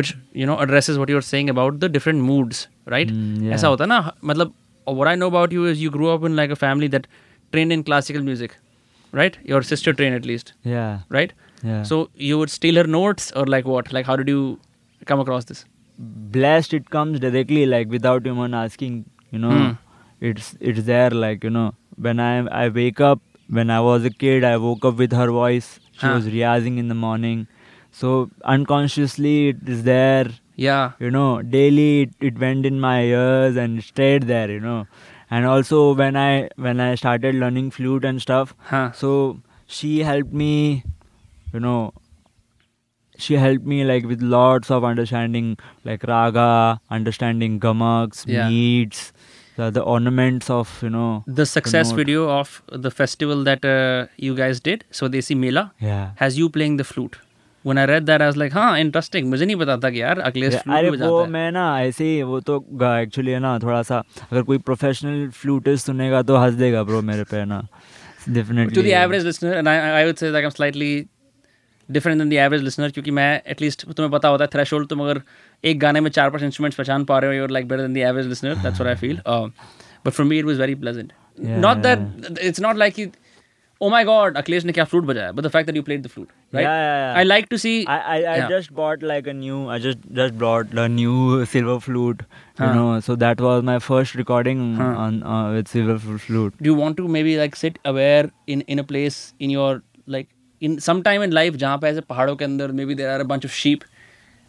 Speaker 2: Which you know addresses what you were saying about the different moods, right?
Speaker 3: Mm, yeah.
Speaker 2: ऐसा होता है ना मतलब what I know about you is you grew up in like a family that trained in classical music, right? Your sister trained at least,
Speaker 3: या
Speaker 2: right?
Speaker 3: Yeah.
Speaker 2: So you would steal her notes or like what? Like how did you come across this?
Speaker 3: blessed it comes directly like without even asking you know
Speaker 2: Hmm.
Speaker 3: it's it's there like you know when i i wake up when i was a kid i woke up with her voice she
Speaker 2: Huh.
Speaker 3: was realizing in the morning so unconsciously it is there
Speaker 2: Yeah.
Speaker 3: you know daily it, it went in my ears and stayed there you know and also when i when i started learning flute and stuff
Speaker 2: Huh.
Speaker 3: so she helped me you know she helped me like with lots of understanding like raga understanding gamaks
Speaker 2: Yeah.
Speaker 3: beats the, the ornaments of you know
Speaker 2: The success
Speaker 3: note.
Speaker 2: video of the festival that uh, you guys did, Swadesi Mela,
Speaker 3: yeah
Speaker 2: has you playing the flute. When I read that, I was like, हाँ interesting. मुझे नहीं पता था कि यार Akhilesh
Speaker 3: Yeah,
Speaker 2: flute
Speaker 3: अरे
Speaker 2: बजाता
Speaker 3: वो
Speaker 2: है.
Speaker 3: मैं ना ऐसे ही वो तो एक्चुअली है ना थोड़ा सा अगर कोई प्रोफेशनल फ्लूटिस्ट सुनेगा तो हंस देगा ब्रो मेरे पे ना
Speaker 2: to the
Speaker 3: definitely
Speaker 2: average listener and I, I would say like I'm slightly different than the average listener क्योंकि मैं एटलीस्ट तुम्हें पता होता है थ्रेशोल्ड तुम अगर एक गाने में चार पांच इंस्ट्रूमेंट्स पहचान पा रहे हो you're like better than the average listener that's what I
Speaker 3: <laughs>
Speaker 2: feel but for me it was very pleasant not that it's not like oh my god Akhilesh ने क्या फ्लूट बजाया but the fact that you played the flute
Speaker 3: Yeah, yeah,
Speaker 2: right
Speaker 3: yeah.
Speaker 2: I like to see
Speaker 3: I, I, I
Speaker 2: Yeah.
Speaker 3: just bought like a new I just just bought a new silver flute you
Speaker 2: Huh.
Speaker 3: know so that was my first recording
Speaker 2: Huh.
Speaker 3: on uh, with silver fl- flute
Speaker 2: do you want to maybe like sit aware in in a place in your like in some time in life जहाँ पे ऐसे पहाड़ों के अंदर maybe there are a bunch of sheep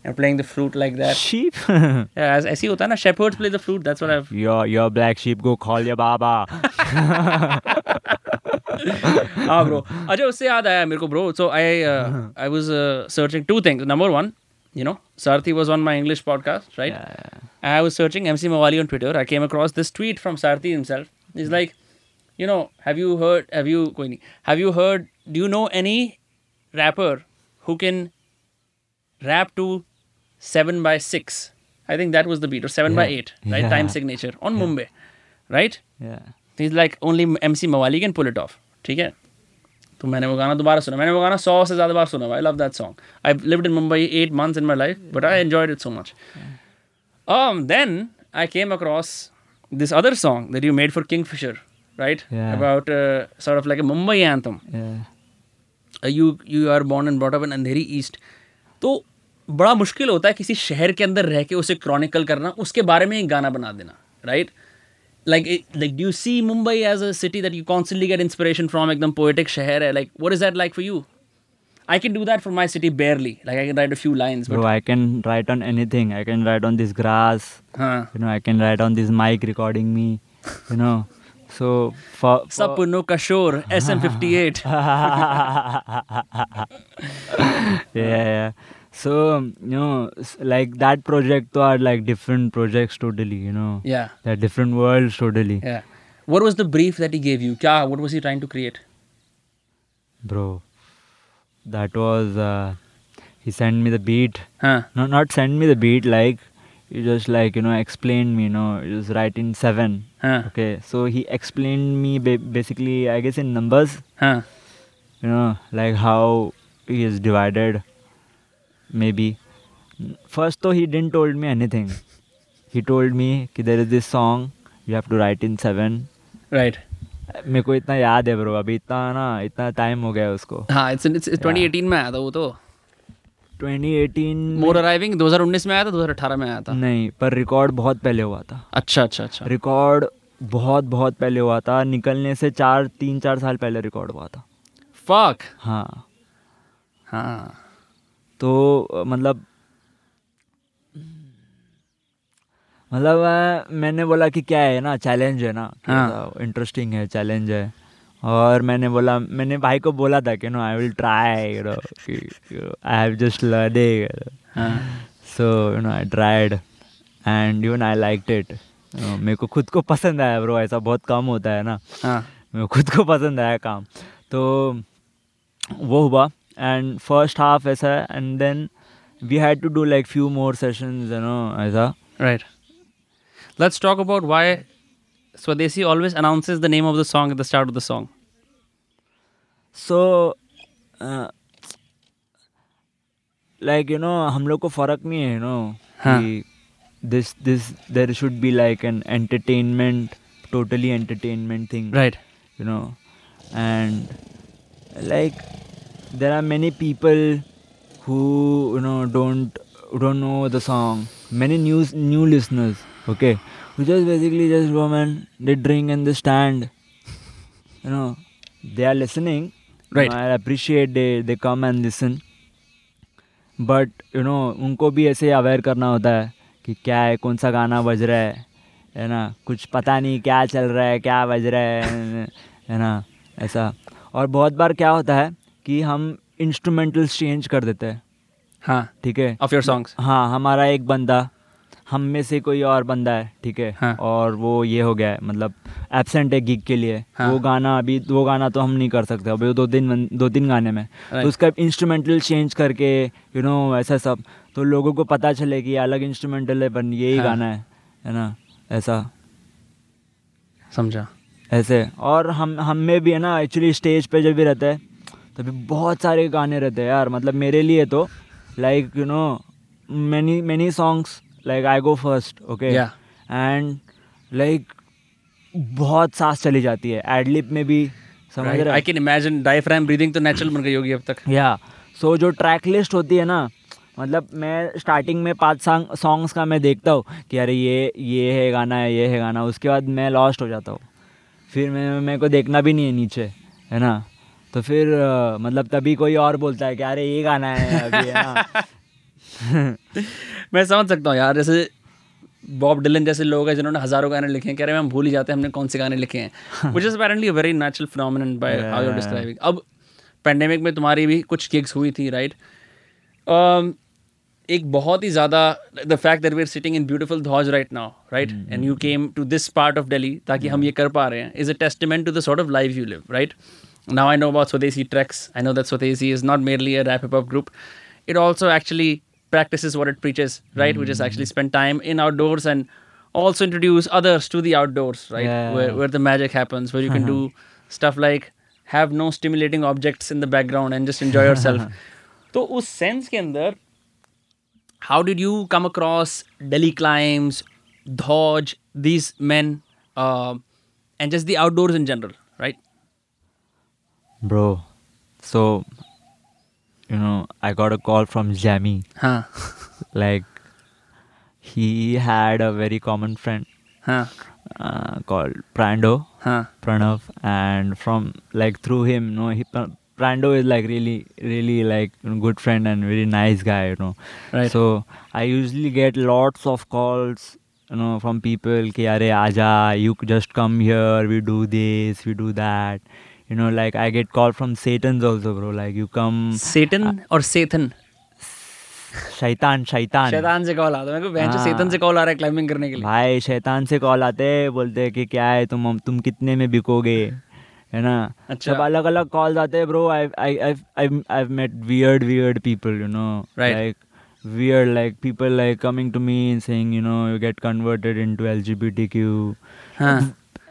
Speaker 2: and playing the flute like that
Speaker 3: sheep <laughs>
Speaker 2: Yeah, ऐस- ऐसे ही होता है ना shepherds play the flute that's what I've
Speaker 3: your your black sheep go call your
Speaker 2: <laughs>
Speaker 3: baba
Speaker 2: हाँ bro अच्छा उससे याद आया मेरे को bro so I uh, I was uh, searching two things number one you know Sarthi was on my English podcast right
Speaker 3: Yeah, yeah.
Speaker 2: I was searching MC Mawali on Twitter I came across this tweet from Sarthi himself he's like you know have you heard have you कोई नहीं have you heard do you know any rapper who can rap to 7 by 6 I think that was the beat or 7 by
Speaker 3: Yeah.
Speaker 2: 8 right
Speaker 3: Yeah.
Speaker 2: time signature on Mumbai right
Speaker 3: yeah
Speaker 2: is like only M C Mawali can pull it off ठीक है तो मैंने वो गाना दोबारा सुना मैंने वो गाना सौ से ज़्यादा बार सुना I love that song I lived in Mumbai eight months in my life but I enjoyed it so much then I came across this other song that you made for Kingfisher right
Speaker 3: Yeah.
Speaker 2: About sort of like a Mumbai anthem
Speaker 3: yeah
Speaker 2: you you are born and brought up in Andheri east तो बड़ा मुश्किल होता है किसी शहर के अंदर रह के उसे क्रॉनिकल करना उसके बारे में एक गाना बना देना right like like do you see Mumbai as a city that you constantly get inspiration from एकदम पोएटिक शहर है like what is that like for you I can do that for my city barely like I can write a few lines
Speaker 3: bro I can write on anything I can write on this grass
Speaker 2: हाँ
Speaker 3: you know I can write on this mic recording me you know so for, for
Speaker 2: सपनों का शोर S M fifty eight
Speaker 3: yeah, yeah. So you know, s- like that project to are like different projects totally. You know,
Speaker 2: या
Speaker 3: they're different worlds totally,
Speaker 2: what was the brief that he gave you क्या what was he trying to create
Speaker 3: bro. That was uh, he sent me the beat.
Speaker 2: हाँ
Speaker 3: No, not send me the beat. Like he just like you know explained me. You know, it was right in seven.
Speaker 2: हाँ
Speaker 3: Okay, so he explained me ba- basically, I guess in numbers.
Speaker 2: हाँ
Speaker 3: you know like how he is divided maybe first though he didn't told me anything he told me कि there is this song you have to write in seven
Speaker 2: right
Speaker 3: मेरे को इतना याद है bro अभी इतना ना इतना टाइम हो गया है उसको
Speaker 2: हाँ it's in- it's- it's 2018 में आया था वो तो
Speaker 3: 2018
Speaker 2: मोर अराइविंग 2019 में आया था 2018 में आया था
Speaker 3: नहीं पर रिकॉर्ड बहुत पहले हुआ था
Speaker 2: अच्छा अच्छा अच्छा
Speaker 3: रिकॉर्ड बहुत बहुत पहले हुआ था निकलने से चार तीन चार साल पहले रिकॉर्ड हुआ था
Speaker 2: फक
Speaker 3: हाँ
Speaker 2: हाँ
Speaker 3: तो अ, मतलब मतलब अ, मैंने बोला कि क्या है ना चैलेंज है ना
Speaker 2: हाँ।
Speaker 3: इंटरेस्टिंग है चैलेंज है और मैंने बोला मैंने भाई को बोला था कि no I will try you know I have just
Speaker 2: हाँ।
Speaker 3: Learning so you know I tried and you know I like it मेरे को खुद को पसंद आया ब्रो ऐसा बहुत कम होता है ना
Speaker 2: हाँ
Speaker 3: मेरे को खुद को पसंद आया काम तो वो हुआ एंड फर्स्ट हाफ ऐसा and then we had to do like few more sessions you know ऐसा
Speaker 2: right let's talk about why Swadesi always announces the name of the song at the start of the song
Speaker 3: so uh, like you know हम लोग को फर्क नहीं है you
Speaker 2: हाँ।
Speaker 3: No this this there should be like an entertainment totally entertainment thing
Speaker 2: right
Speaker 3: you know and like there are many people who you know don't don't know the song many news new listeners okay who just basically just go man they drink and they stand you know they are listening
Speaker 2: Right.
Speaker 3: i appreciate they they come and listen but you know उनको भी ऐसे aware करना होता है कि क्या है कौन सा गाना बज रहा है है ना कुछ पता नहीं क्या चल रहा है क्या बज रहा है है ना ऐसा और बहुत बार क्या होता है कि हम इंस्ट्रूमेंटल्स चेंज कर देते हैं
Speaker 2: हाँ
Speaker 3: ठीक है
Speaker 2: ऑफ योर सॉन्ग्स
Speaker 3: हाँ हमारा एक बंदा हम में से कोई और बंदा है ठीक है
Speaker 2: हाँ।
Speaker 3: और वो ये हो गया है मतलब एबसेंट है गिग के लिए
Speaker 2: हाँ।
Speaker 3: वो गाना अभी वो गाना तो हम नहीं कर सकते अभी वो दो दिन दो तीन गाने में
Speaker 2: Right.
Speaker 3: तो उसका इंस्ट्रूमेंटल चेंज करके यू नो ऐसा सब तो लोगों को पता चले कि ये अलग इंस्ट्रूमेंटल है पर यही
Speaker 2: हाँ।
Speaker 3: गाना है है ना ऐसा
Speaker 2: समझा
Speaker 3: ऐसे और हम हम में भी है ना एक्चुअली स्टेज पे जब भी रहता है तभी बहुत सारे गाने रहते हैं यार मतलब मेरे लिए तो like you know many many songs like I go first okay
Speaker 2: Yeah.
Speaker 3: And like बहुत सांस चली जाती है एडलिप में भी समझ रहे
Speaker 2: आई
Speaker 3: हैं?
Speaker 2: कैन इमेजिन डायफ्राम ब्रीदिंग तो नेचुरल बन गई होगी अब तक
Speaker 3: या सो जो ट्रैक लिस्ट होती है ना मतलब मैं स्टार्टिंग में पांच सॉन्ग सॉन्ग्स का मैं देखता हूँ कि अरे ये ये है गाना है ये है गाना उसके बाद मैं लॉस्ट हो जाता हूँ फिर मैं मेरे को देखना भी नहीं है नीचे है ना तो फिर अ, मतलब तभी कोई और बोलता है कि अरे ये गाना है अभी है ना
Speaker 2: मैं समझ सकता हूँ यार जैसे बॉब डिलन जैसे लोग हैं जिन्होंने हजारों गाने लिखे हैं कह रहे हैं हम भूल ही जाते हैं हमने कौन से गाने लिखे हैं which is apparently very natural phenomenon by how you're describing अब पेंडेमिक में तुम्हारी भी कुछ किक्स हुई थी राइट एक बहुत ही ज़्यादा the fact that we are sitting in beautiful Dhauj right now right and you came to this part of Delhi ताकि हम ये कर पा रहे हैं is a testament to the sort of life you live right now I know about Swadesi tracks I know that Swadesi is not merely a rap hip hop group it also actually practices what it preaches right which is actually spend time in outdoors and also introduce others to the outdoors right
Speaker 3: Yeah.
Speaker 2: where, where the magic happens where you can <laughs> do stuff like have no stimulating objects in the background and just enjoy yourself <laughs> तो उस sense के अंदर how did you come across Delhi climbs, Dodge, these men, uh, and just the outdoors in general, right?
Speaker 3: Bro so you know I got a call from Jamie
Speaker 2: हाँ
Speaker 3: like he had a very common friend
Speaker 2: हाँ
Speaker 3: called प्रैंडो
Speaker 2: हाँ
Speaker 3: uh, Pranav, and from like through him, no, he uh, Prando is like really, really like good friend and very nice guy, you know.
Speaker 2: Right.
Speaker 3: So I usually get lots of calls, you know, from people, ki are aja, you c- just come here, we do this, we do that, you know. Like I get call from Satan's also, bro. Like you come,
Speaker 2: Satan और Satan
Speaker 3: Shaitan, Shaitan.
Speaker 2: शैतान से call आता है मेरे को bench
Speaker 3: हाँ।
Speaker 2: सेतन से call आ रहा है क्लाइंबिंग करने के लिए
Speaker 3: भाई शैतान से कॉल आते हैं बोलते हैं कि क्या है तुम तुम कितने में बिकोगे है ना
Speaker 2: अच्छा।
Speaker 3: सब अलग अलग कॉल आते हैं bro I I I I met weird weird people you know
Speaker 2: Right.
Speaker 3: Like weird like people like coming to me and saying you know you get converted into LGBTQ
Speaker 2: हाँ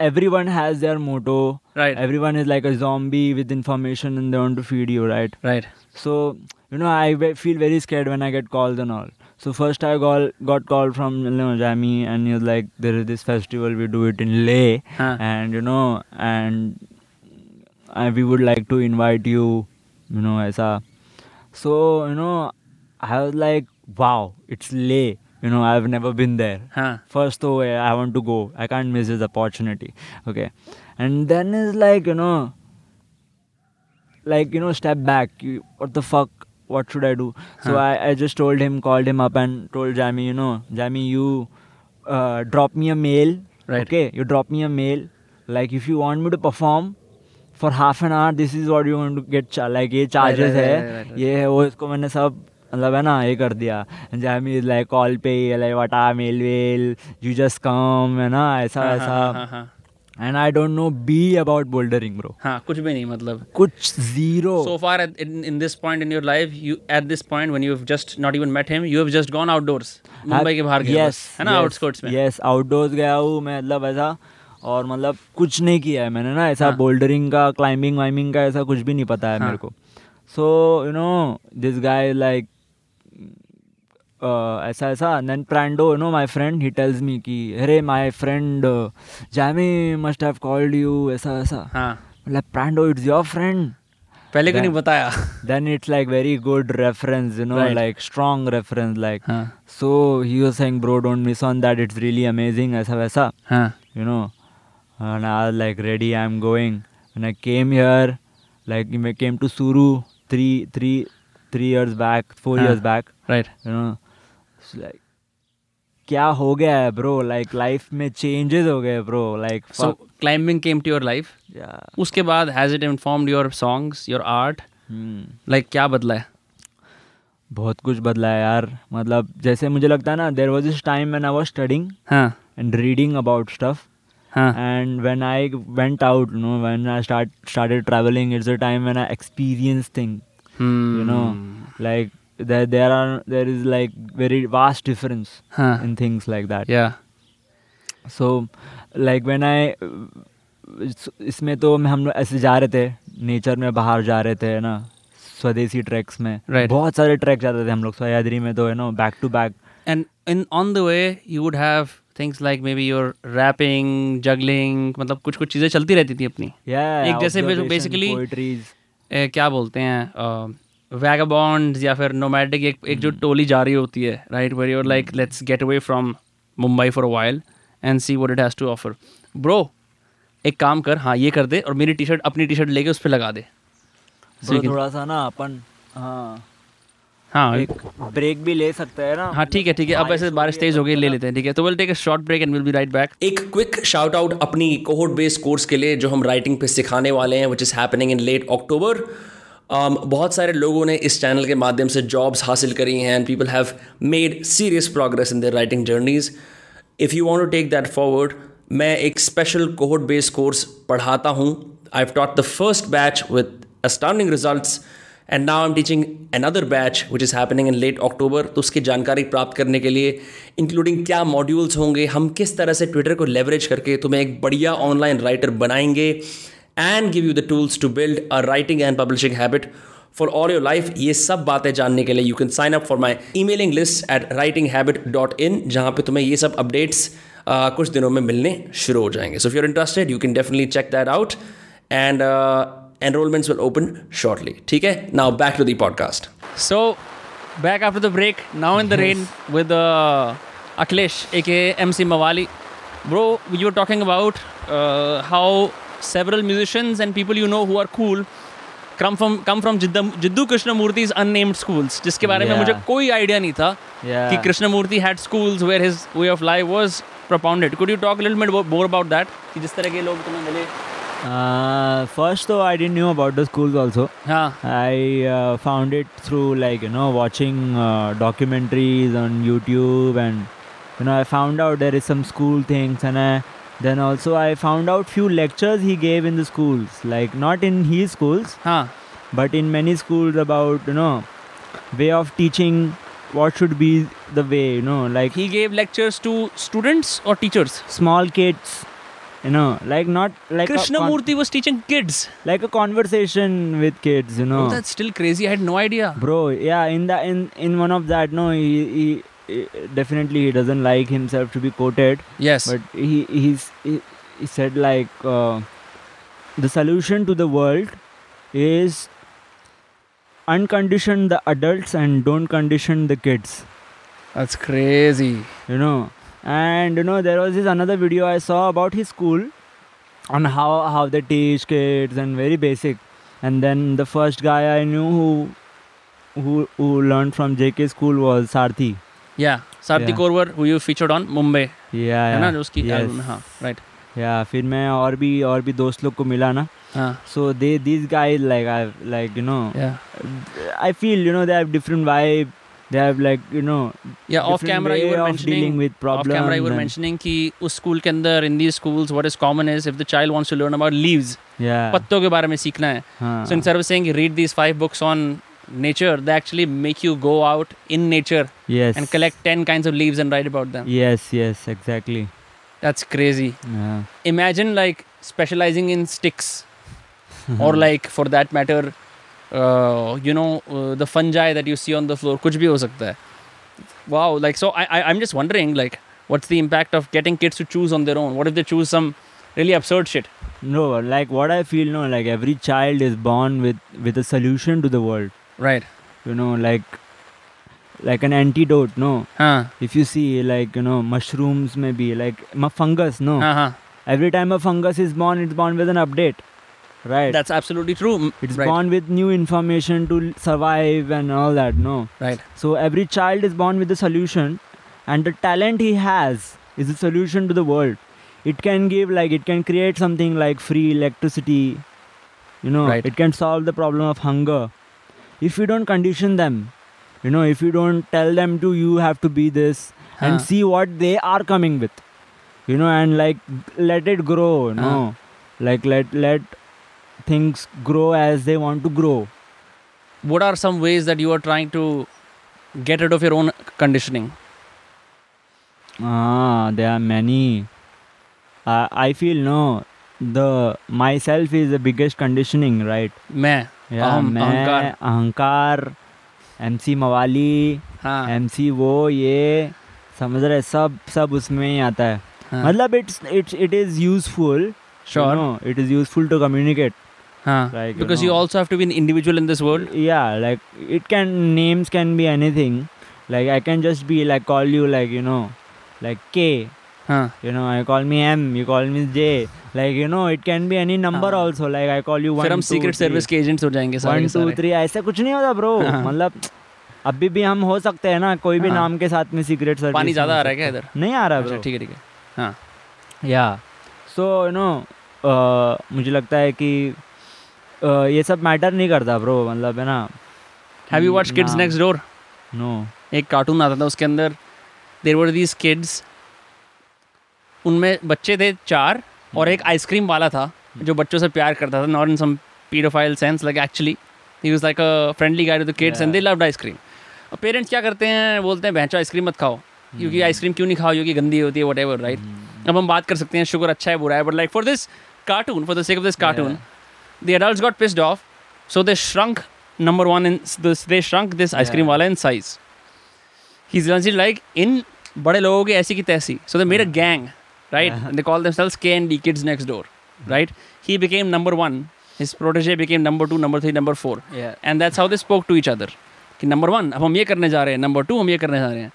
Speaker 3: everyone has their motto
Speaker 2: Right.
Speaker 3: everyone is like a zombie with information and they want to feed you right
Speaker 2: right
Speaker 3: so, you know, I ve- feel very scared when I get calls and all. So first I call, got called from you know, Jami and he was like, there is this festival, we do it in Leh.
Speaker 2: Huh.
Speaker 3: And, you know, and I, we would like to invite you, you know, aisa. So, you know, I was like, wow, it's Leh. You know, I've never been there
Speaker 2: हाँ
Speaker 3: first though eh, i want to go i can't miss this opportunity okay and then it's like you know like you know step back you, what the fuck what should i do so I, I just told him called him up and told jami you know jami you uh, drop me a mail
Speaker 2: Right.
Speaker 3: okay you drop me a mail like if you want me to perform for half an hour this is what you want to get cha- like ये
Speaker 2: Right,
Speaker 3: charges
Speaker 2: right,
Speaker 3: है
Speaker 2: right, right, right.
Speaker 3: ये है वो इसको मैंने सब मतलब है ना ये कर दिया जैमी इज लाइक कॉल पे like what a mail well you just come है ना ऐसा
Speaker 2: हाँ, हाँ, हाँ,
Speaker 3: ऐसा
Speaker 2: हाँ,
Speaker 3: and I don't know be about bouldering bro
Speaker 2: हाँ कुछ भी नहीं मतलब
Speaker 3: कुछ zero
Speaker 2: so far at, in, in this point in your life you at this point when you've just not even met him you have just gone outdoors Mumbai के बाहर गए
Speaker 3: yes
Speaker 2: बस, है ना आउटस्कर्ट्स में
Speaker 3: यस आउटडोर्स गया हूँ मैं मतलब ऐसा और मतलब कुछ नहीं किया है मैंने ना ऐसा
Speaker 2: हाँ।
Speaker 3: बोल्डरिंग का क्लाइंबिंग वाइम्बिंग का ऐसा कुछ भी नहीं पता है
Speaker 2: हाँ।
Speaker 3: मेरे को so you know this guy like uh, ऐसा ऐसा देन प्रैंडो you know my friend he tells me कि अरे my friend Jamie must have called you ऐसा ऐसा
Speaker 2: हाँ
Speaker 3: मतलब प्रैंडो इट्स योर फ्रेंड
Speaker 2: पहले को
Speaker 3: Then-
Speaker 2: नहीं बताया
Speaker 3: then it's like very good reference you know
Speaker 2: Right.
Speaker 3: like strong reference like
Speaker 2: हाँ
Speaker 3: so he was saying bro don't miss on that it's really amazing aisa vaisa
Speaker 2: हाँ
Speaker 3: you know and i was like ready i'm going and i came here like i came to suru three three three years back four
Speaker 2: हाँ.
Speaker 3: years back
Speaker 2: right
Speaker 3: you know it's like क्या हो गया है bro like life में changes हो गए bro like
Speaker 2: so climbing came to your life उसके
Speaker 3: Hmm.
Speaker 2: बाद has it informed your songs your art like क्या बदला है
Speaker 3: बहुत कुछ बदला है यार मतलब जैसे मुझे लगता है ना there was is time when I was studying
Speaker 2: हाँ
Speaker 3: एंड रीडिंग अबाउट स्टफ
Speaker 2: हाँ
Speaker 3: and when i went out you know when i start started traveling it's a time when i experience thing you know like there there are there is like very vast difference
Speaker 2: Huh.
Speaker 3: in things like that
Speaker 2: या
Speaker 3: so like when i इस- इसमें तो हम लोग ऐसे जा रहे थे नेचर में बाहर जा रहे थे है ना स्वदेशी ट्रैक्स में
Speaker 2: Right.
Speaker 3: बहुत सारे ट्रैक जाते थे हम लोग सह्याद्री में तो है ना back to back
Speaker 2: and in on the way you would have things like maybe your rapping juggling मतलब कुछ कुछ चीज़ें चलती रहती थी अपनी एक जैसे बेसिकली
Speaker 3: पोएट्रीज
Speaker 2: क्या बोलते हैं वैगाबॉन्ड्स या फिर नोमैटिक एक एक जो टोली जा रही होती है right where you're like let's get away from Mumbai for a while and see what it has to offer bro एक काम कर हाँ ये कर दे और मेरी टी शर्ट अपनी टी शर्ट लेके उस पर लगा दे So you can-
Speaker 3: थोड़ा सा ना अपन हाँ
Speaker 2: हाँ
Speaker 3: एक ब्रेक भी ले सकते हैं ना
Speaker 2: हाँ ठीक है ठीक है अब वैसे बारिश तेज हो गई ले लेते हैं ठीक है तो will take a short break and will be right back
Speaker 1: एक क्विक शाउट आउट अपनी कोहोर्ट बेस्ड कोर्स के लिए जो हम राइटिंग पे सिखाने वाले हैं which is happening in late October Um, बहुत सारे लोगों ने इस चैनल के माध्यम से जॉब्स हासिल करी हैं and people have made serious progress in their writing journeys if you want to take that forward मैं एक स्पेशल कोहोर्ट बेस्ड कोर्स पढ़ाता हूँ I have taught the first batch with astounding results and now i'm teaching another batch which is happening in late october तो उसकी जानकारी प्राप्त करने के लिए इंक्लूडिंग क्या मॉड्यूल्स होंगे हम किस तरह से ट्विटर को लेवरेज करके तुम्हें एक बढ़िया ऑनलाइन राइटर बनाएंगे and give you the tools to build a writing and publishing habit for all your life ये सब बातें जानने के लिए you can sign up for my e mailing list at writing habit dot in जहाँ पर तुम्हें ये सब अपडेट्स कुछ दिनों में मिलने शुरू हो जाएंगे so if you're interested you can definitely check that out and uh, enrollments will open shortly. Okay, now back to the podcast.
Speaker 2: So, back after the break, now in the rain with uh, Akhilesh, aka MC Mawali. Bro, you were talking about uh, how several musicians and people you know who are cool come from come from Jidda, Jiddu Krishnamurti's unnamed schools, जिसके बारे में
Speaker 3: Yeah.
Speaker 2: मुझे कोई idea नहीं था
Speaker 3: Yeah.
Speaker 2: कि Krishnamurti had schools where his way of life was propounded. Could you talk a little bit more- more about that? कि जिस तरह के लोग तुम्हें मिले
Speaker 3: फर्स्ट तो आई didn't know about the schools also
Speaker 2: हाँ
Speaker 3: I uh, found it through like you know watching uh, documentaries on YouTube and you know I found out there is some school things and I, then also I found out few lectures he gave in the schools like not in his schools
Speaker 2: हाँ
Speaker 3: but in many schools about you know way of teaching what should be the way you know like
Speaker 2: he gave lectures to students or teachers.
Speaker 3: small kids you know like not like a con-
Speaker 2: Krishnamurti was teaching kids.
Speaker 3: like a conversation with kids you know
Speaker 2: Oh, that's still crazy. I had no idea.
Speaker 3: bro yeah in the in in one of that no he, he, he definitely he doesn't like himself to be quoted
Speaker 2: Yes.
Speaker 3: but he he's he, he said like uh, the solution to the world is uncondition the adults and don't condition the kids
Speaker 2: that's crazy.
Speaker 3: you know and you know there was this another video i saw about his school on how how they teach kids and very basic and then the first guy i knew who who who learned from jk school was sarthi
Speaker 2: Yeah. Sarthi
Speaker 3: Yeah.
Speaker 2: Korwar, who you featured on Mumbai.
Speaker 3: yeah
Speaker 2: है ना
Speaker 3: yeah
Speaker 2: जो उसकी
Speaker 3: yes.
Speaker 2: album में हाँ right
Speaker 3: yeah फिर मैं और भी और भी दोस्त लोग को मिला ना
Speaker 2: हाँ
Speaker 3: so they these guys like i like you know
Speaker 2: yeah
Speaker 3: i feel you know they have different vibe they have like you know
Speaker 2: yeah off
Speaker 3: different
Speaker 2: camera you
Speaker 3: way
Speaker 2: were
Speaker 3: of dealing
Speaker 2: mentioning
Speaker 3: with
Speaker 2: off
Speaker 3: problems
Speaker 2: camera you were
Speaker 3: and-
Speaker 2: mentioning कि उस school के अंदर in these schools what is common is if the child wants to learn about leaves
Speaker 3: yeah
Speaker 2: पत्तों के बारे में सीखना है
Speaker 3: हाँ.
Speaker 2: so instead of saying read these five books on nature they actually make you go out in nature
Speaker 3: yes
Speaker 2: and collect 10 kinds of leaves and write about them
Speaker 3: yes yes exactly
Speaker 2: that's crazy
Speaker 3: yeah
Speaker 2: imagine like specializing in sticks
Speaker 3: Hmm.
Speaker 2: or like for that matter uh, you know uh, the fungi that you see on the floor kuch bhi ho sakta hai wow like so I, I i'm just wondering like what's the impact of getting kids to choose on their own what if they choose some really absurd shit
Speaker 3: No, like what I feel, no, like every child is born with with a solution to the world.
Speaker 2: right
Speaker 3: You know, like like an antidote. No,
Speaker 2: huh
Speaker 3: if you see, like you know, mushrooms maybe like ma fungus. No,
Speaker 2: huh huh
Speaker 3: every time a fungus is born, it's born with an update, right?
Speaker 2: that's absolutely true Mm,
Speaker 3: it's
Speaker 2: right
Speaker 3: born with new information to l- survive and all that. No,
Speaker 2: right
Speaker 3: so every child is born with a solution, and the talent he has is a solution to the world. It can give, like, it can create something like free electricity. You know,
Speaker 2: Right.
Speaker 3: it can solve the problem of hunger. If you don't condition them, you know if you don't tell them to you have to be this
Speaker 2: Huh.
Speaker 3: and see what they are coming with you know and like let it grow you know like let let things grow as they want to grow
Speaker 2: what are some ways that you are trying to get rid of your own conditioning
Speaker 3: ah there are many uh, i feel no the myself is the biggest conditioning right
Speaker 2: मैं
Speaker 3: yeah
Speaker 2: अहम,
Speaker 3: मैं,
Speaker 2: अहंकार।
Speaker 3: अहंकार M C मवाली
Speaker 2: हाँ
Speaker 3: M C वो ये समझ रहे सब सब उसमें ही आता है
Speaker 2: हाँ,
Speaker 3: मतलब it's it's it is useful
Speaker 2: Sure.
Speaker 3: It is useful to communicate
Speaker 2: हाँ
Speaker 3: like, you
Speaker 2: because you
Speaker 3: know.
Speaker 2: also have to be an individual in this world
Speaker 3: yeah like it can names can be anything like i can just be like call you like you know like k
Speaker 2: हाँ
Speaker 3: you know i call me m you call me j like you know it can be any number
Speaker 2: हाँ।
Speaker 3: also like i call you one
Speaker 2: फिर हम
Speaker 3: two,
Speaker 2: secret
Speaker 3: three.
Speaker 2: Service के agents हो जाएंगे सारे
Speaker 3: one
Speaker 2: के
Speaker 3: two
Speaker 2: सारे।
Speaker 3: Three ऐसा कुछ नहीं होता ब्रो
Speaker 2: हाँ।
Speaker 3: मतलब अभी भी हम हो सकते हैं ना कोई भी
Speaker 2: हाँ।
Speaker 3: नाम के साथ में सीक्रेट सर्विस
Speaker 2: पानी ज्यादा आ रहा है क्या इधर
Speaker 3: नहीं आ रहा
Speaker 2: अच्छा,
Speaker 3: ब्रो
Speaker 2: ठीक है ठीक है हाँ
Speaker 3: या सो यू नो मुझे लगता है कि uh, ये सब मैटर नहीं करता ब्रो मतलब है ना
Speaker 2: हैव यू वॉच किड्स
Speaker 3: नाम।
Speaker 2: नेक्स्ट डोर
Speaker 3: नो
Speaker 2: एक कार्टून आता था उसके अंदर देर वर दीज किड्स उनमें बच्चे थे चार और एक आइसक्रीम वाला था जो बच्चों से प्यार करता था not in some paedophile sense like actually he was like a friendly guide to the kids and they loved ice cream अब पेरेंट्स क्या करते हैं बोलते हैं भैंचो आइसक्रीम मत खाओ क्योंकि आइसक्रीम क्यों नहीं खाओ क्योंकि गंदी होती है वट एवर राइट अब हम बात कर सकते हैं शुगर अच्छा है बुरा है but like for this cartoon for the sake of this cartoon the adults got pissed off so they shrunk number one in this they shrunk this ice
Speaker 3: Yeah.
Speaker 2: cream wala in size he's considered like in बड़े लोगों की ऐसी की तैसी so they made a gang right they call themselves K and D kids next door right he became number one his protege became number two number three number four and that's how they spoke to each other कि number one अब हम ये करने जा रहे हैं number two हम ये करने जा रहे हैं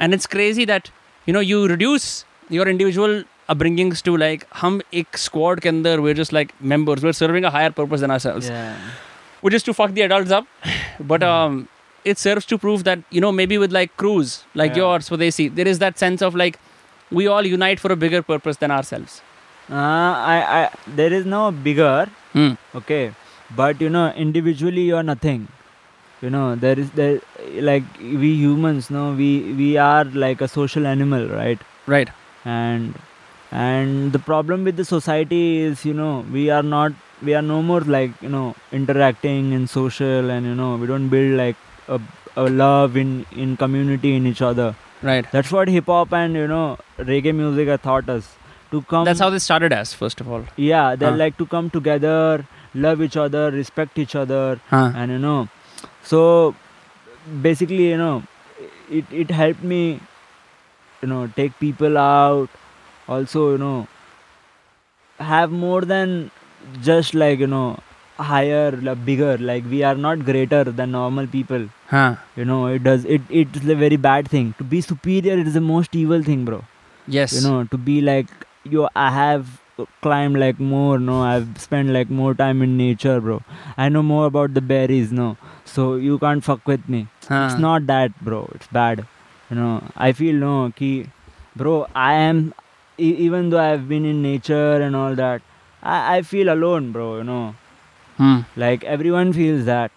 Speaker 2: and it's crazy that you know you reduce your individual upbringings to like हम एक स्क्वाड के अंदर we just like members we are serving a higher purpose than ourselves which is to fuck the adults up. <sighs> But um, it serves to prove that, you know, maybe with like crews like
Speaker 3: Yeah.
Speaker 2: yours, what they see, there is that sense of like, we all unite for a bigger purpose than ourselves.
Speaker 3: I I there is no bigger
Speaker 2: Hmm.
Speaker 3: okay but you know individually you are nothing you know there is there like we humans no we we are like a social animal right
Speaker 2: Right.
Speaker 3: and and the problem with the society is you know we are not we are no more like you know interacting and social and you know we don't build like a, a love in in community in each other
Speaker 2: Right.
Speaker 3: that's what hip hop and you know reggae music have taught us to come
Speaker 2: That's how this started as, first of all.
Speaker 3: yeah they
Speaker 2: Huh.
Speaker 3: like to come together love each other respect each other
Speaker 2: Huh.
Speaker 3: and you know so basically you know it it helped me you know take people out also you know have more than just like you know higher like bigger like we are not greater than normal people
Speaker 2: Huh.
Speaker 3: you know it does it it's a very bad thing to be superior is the most evil thing bro
Speaker 2: Yes.
Speaker 3: you know to be like yo i have climbed like more no i've spent like more time in nature bro i know more about the berries no so you can't fuck with me
Speaker 2: Huh.
Speaker 3: it's not that bro it's bad you know i feel no ki bro i am e- even though i've been in nature and all that i, I feel alone bro you know
Speaker 2: Hmm.
Speaker 3: like everyone feels that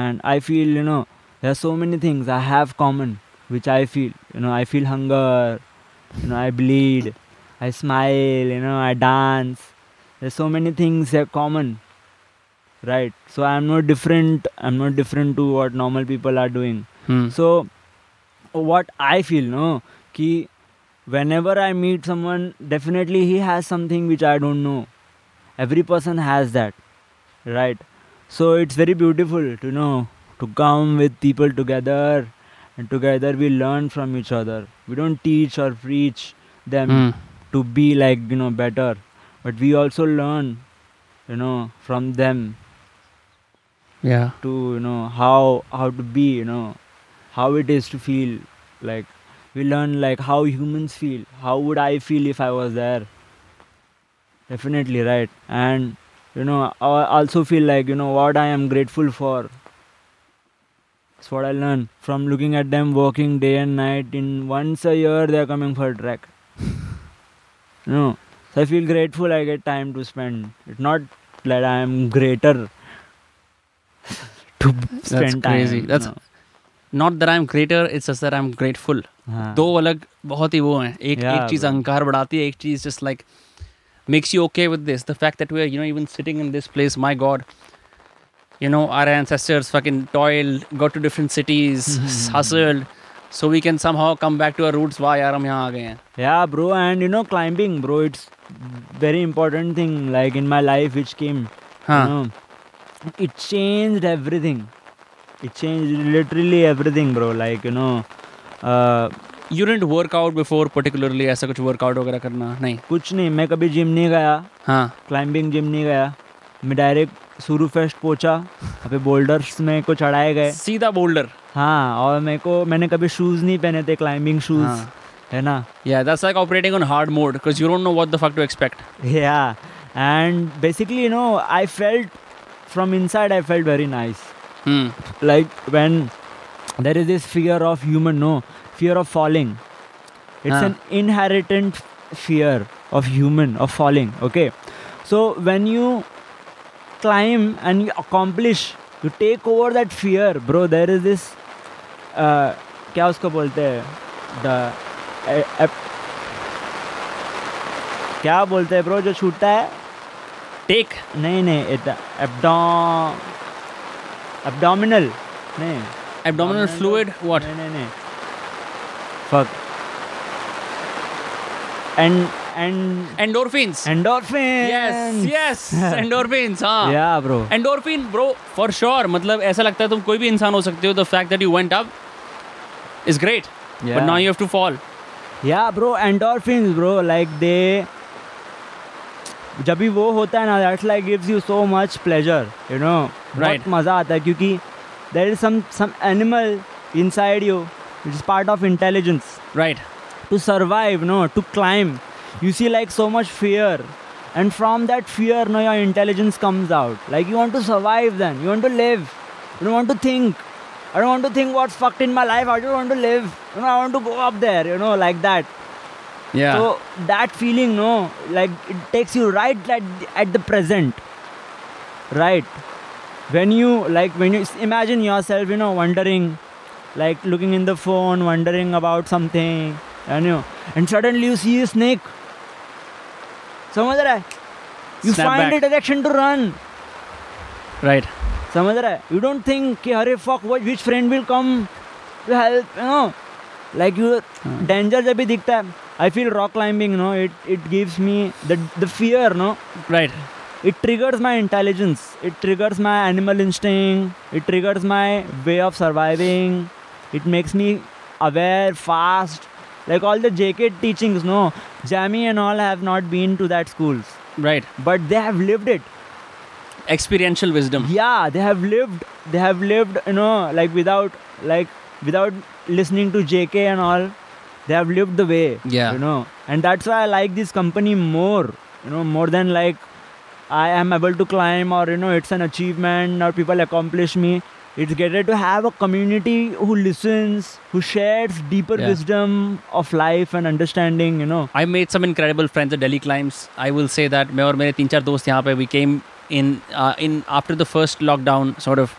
Speaker 3: and i feel you know there are so many things i have common which i feel you know i feel hunger you know i bleed i smile you know i dance there's so many things that are common right so i'm not different i'm not different to what normal people are doing
Speaker 2: Hmm.
Speaker 3: so what i feel no ki whenever i meet someone definitely he has something which i don't know every person has that right so it's very beautiful to know to come with people together and together we learn from each other we don't teach or preach them
Speaker 2: Hmm.
Speaker 3: to be like you know better but we also learn you know from them
Speaker 2: Yeah.
Speaker 3: to you know how how to be you know how it is to feel like we learn like how humans feel how would i feel if i was there definitely right and you know i also feel like you know what i am grateful for that's what i learn from looking at them working day and night in once a year they are coming for a trek <laughs> you know so i feel grateful i get time to spend it's not that i am greater <laughs> to spend
Speaker 2: crazy.
Speaker 3: time
Speaker 2: That's-
Speaker 3: no.
Speaker 2: Not that I am greater it's just that I am grateful
Speaker 3: हाँ।
Speaker 2: दो अलग बहुत ही वो हैं एक
Speaker 3: Yeah,
Speaker 2: एक चीज़
Speaker 3: bro.
Speaker 2: अहंकार बढ़ाती है एक चीज़ just like makes you okay with this the fact that we are you know even sitting in this place my God you know our ancestors fucking toiled got to different <laughs> cities hustled so we can somehow come back to our roots why yaar hum yahan aa gaye hain
Speaker 3: Yeah, bro, and you know, climbing, bro, it's very important thing. Like in my life, which came,
Speaker 2: Huh.
Speaker 3: you know, it changed everything. It changed literally everything, bro. Like you know, uh,
Speaker 2: you didn't work out before particularly ऐसा कुछ workout वगैरह करना नहीं
Speaker 3: कुछ नहीं मैं कभी gym नहीं गया
Speaker 2: हाँ
Speaker 3: क्लाइंबिंग जिम नहीं गया मैं डायरेक्ट सुरू फेस्ट पहुंचा वहाँ पे बोल्डर्स मेरे को चढ़ाए गए
Speaker 2: सीधा बोल्डर
Speaker 3: हाँ और मेरे को मैंने कभी शूज़ नहीं पहने थे क्लाइंबिंग शूज़
Speaker 2: हाँ।
Speaker 3: है ना
Speaker 2: yeah that's like operating on hard mode because you don't know what the fuck to expect
Speaker 3: yeah and basically you know i felt from inside i felt very nice
Speaker 2: hmm
Speaker 3: like when there is this fear of human no fear of falling it's
Speaker 2: Huh.
Speaker 3: an inherent fear of human of falling okay so when you climb and you accomplish you take over that fear bro there is this uh, क्या उसको बोलते हैं the ए- एप- क्या बोलते हैं bro जो छूटता है
Speaker 2: take
Speaker 3: नहीं नहीं एब्डोम एब्डोमिनल नहीं
Speaker 2: abdominal fluid what
Speaker 3: नहीं नहीं नहीं fuck and and
Speaker 2: endorphins
Speaker 3: endorphin
Speaker 2: yes yes endorphins हाँ
Speaker 3: या bro
Speaker 2: endorphin bro for sure मतलब ऐसा लगता है तुम कोई भी इंसान हो सकते हो the fact that you went up is great but
Speaker 3: Yeah.
Speaker 2: Now you have to fall
Speaker 3: या bro endorphin bro like they जब भी वो होता है ना that's like gives you so much pleasure you know
Speaker 2: Right.
Speaker 3: बहुत मज़ा आता है क्योंकि there is some some animal inside you it is part of intelligence
Speaker 2: right
Speaker 3: to survive no to climb you see like so much fear and from that fear no your intelligence comes out like you want to survive then you want to live you don't want to think i don't want to think what's fucked in my life i just want to live you know i want to go up there you know like that
Speaker 2: या
Speaker 3: so that feeling no like it takes you right at, at the present right when you like when you imagine yourself you know wondering like looking in the phone wondering about something and you and suddenly you see a snake समझ रहा है you
Speaker 2: Snap
Speaker 3: find
Speaker 2: back.
Speaker 3: a direction to run
Speaker 2: right
Speaker 3: समझ रहा है you don't think कि अरे fuck which friend will come to help you know like you danger जब भी दिखता है I feel rock climbing no it it gives me the the fear no
Speaker 2: right
Speaker 3: it triggers my intelligence it triggers my animal instinct it triggers my way of surviving it makes me aware fast like all the JK teachings no Jamie and all have not been to that schools
Speaker 2: right
Speaker 3: but they have lived it
Speaker 2: experiential wisdom
Speaker 3: yeah they have lived they have lived you know like without like without listening to jk and all they have lived the way
Speaker 2: Yeah.
Speaker 3: you know and that's why i like this company more you know more than like i am able to climb or you know it's an achievement or people accomplish me it's better to have a community who listens who shares deeper
Speaker 2: Yeah.
Speaker 3: wisdom of life and understanding you know
Speaker 2: I made some incredible friends at Delhi climbs I will say that मैं और मेरे तीन चार दोस्त यहाँ पे we came in in after the first lockdown sort of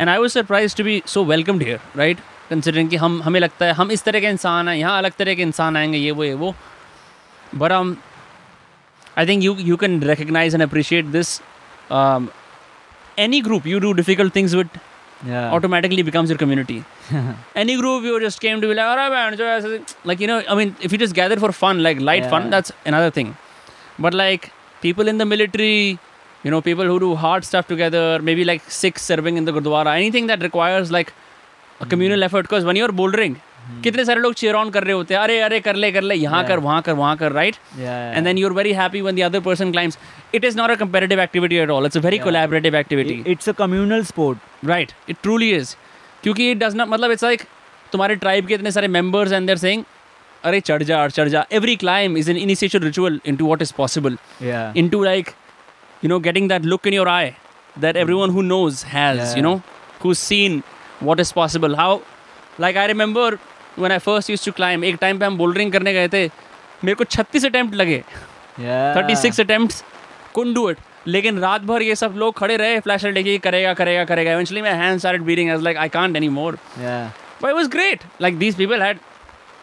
Speaker 2: and I was surprise to be so welcomed here right considering कि हम हमें लगता है हम इस तरह के इंसान हैं यहाँ अलग तरह के इंसान आएंगे ये वो ये वो but um I think you you can recognise and appreciate this Um, any group you do difficult things with
Speaker 3: yeah
Speaker 2: automatically becomes your
Speaker 3: <laughs>
Speaker 2: community. Any group you just came to be like, all right, man, so as- like you know, I mean, if you just gather for fun, like light fun,
Speaker 3: Yeah.
Speaker 2: that's another thing. But like people in the military, you know, people who do hard stuff together, maybe like Sikhs serving in the Gurdwara, anything that requires like
Speaker 3: Hmm.
Speaker 2: a communal effort. Because when you're bouldering, कितने सारे लोग cheer on कर रहे होते हैं अरे अरे कर ले कर ले यहाँ कर वहाँ कर वहाँ कर right
Speaker 3: yeah, yeah.
Speaker 2: and then you're very happy when the other person climbs it is not a competitive activity at all it's a very collaborative activity
Speaker 3: It- it's a communal sport
Speaker 2: right it truly is क्योंकि it does not मतलब it's like तुम्हारे tribe के इतने सारे members and there saying अरे चढ़ जा चढ़ जा every climb is an initiation ritual into what is possible
Speaker 3: yeah
Speaker 2: into like you know getting that look in your eye that everyone who knows has
Speaker 3: Yeah.
Speaker 2: You know who seen what is possible how like I remember when I first use to climb एक time पे हम bouldering करने गए थे मेरे को छत्तीस attempt लगे
Speaker 3: yeah Uh,
Speaker 2: thirty six attempt कुन डू इट लेकिन रात भर ये सब लोग खड़े रहे फ्लैश लाइट लेके करेगा करेगा करेगा eventually my hand started beating I like i can't anymore
Speaker 3: Yeah.
Speaker 2: but it was great like these people had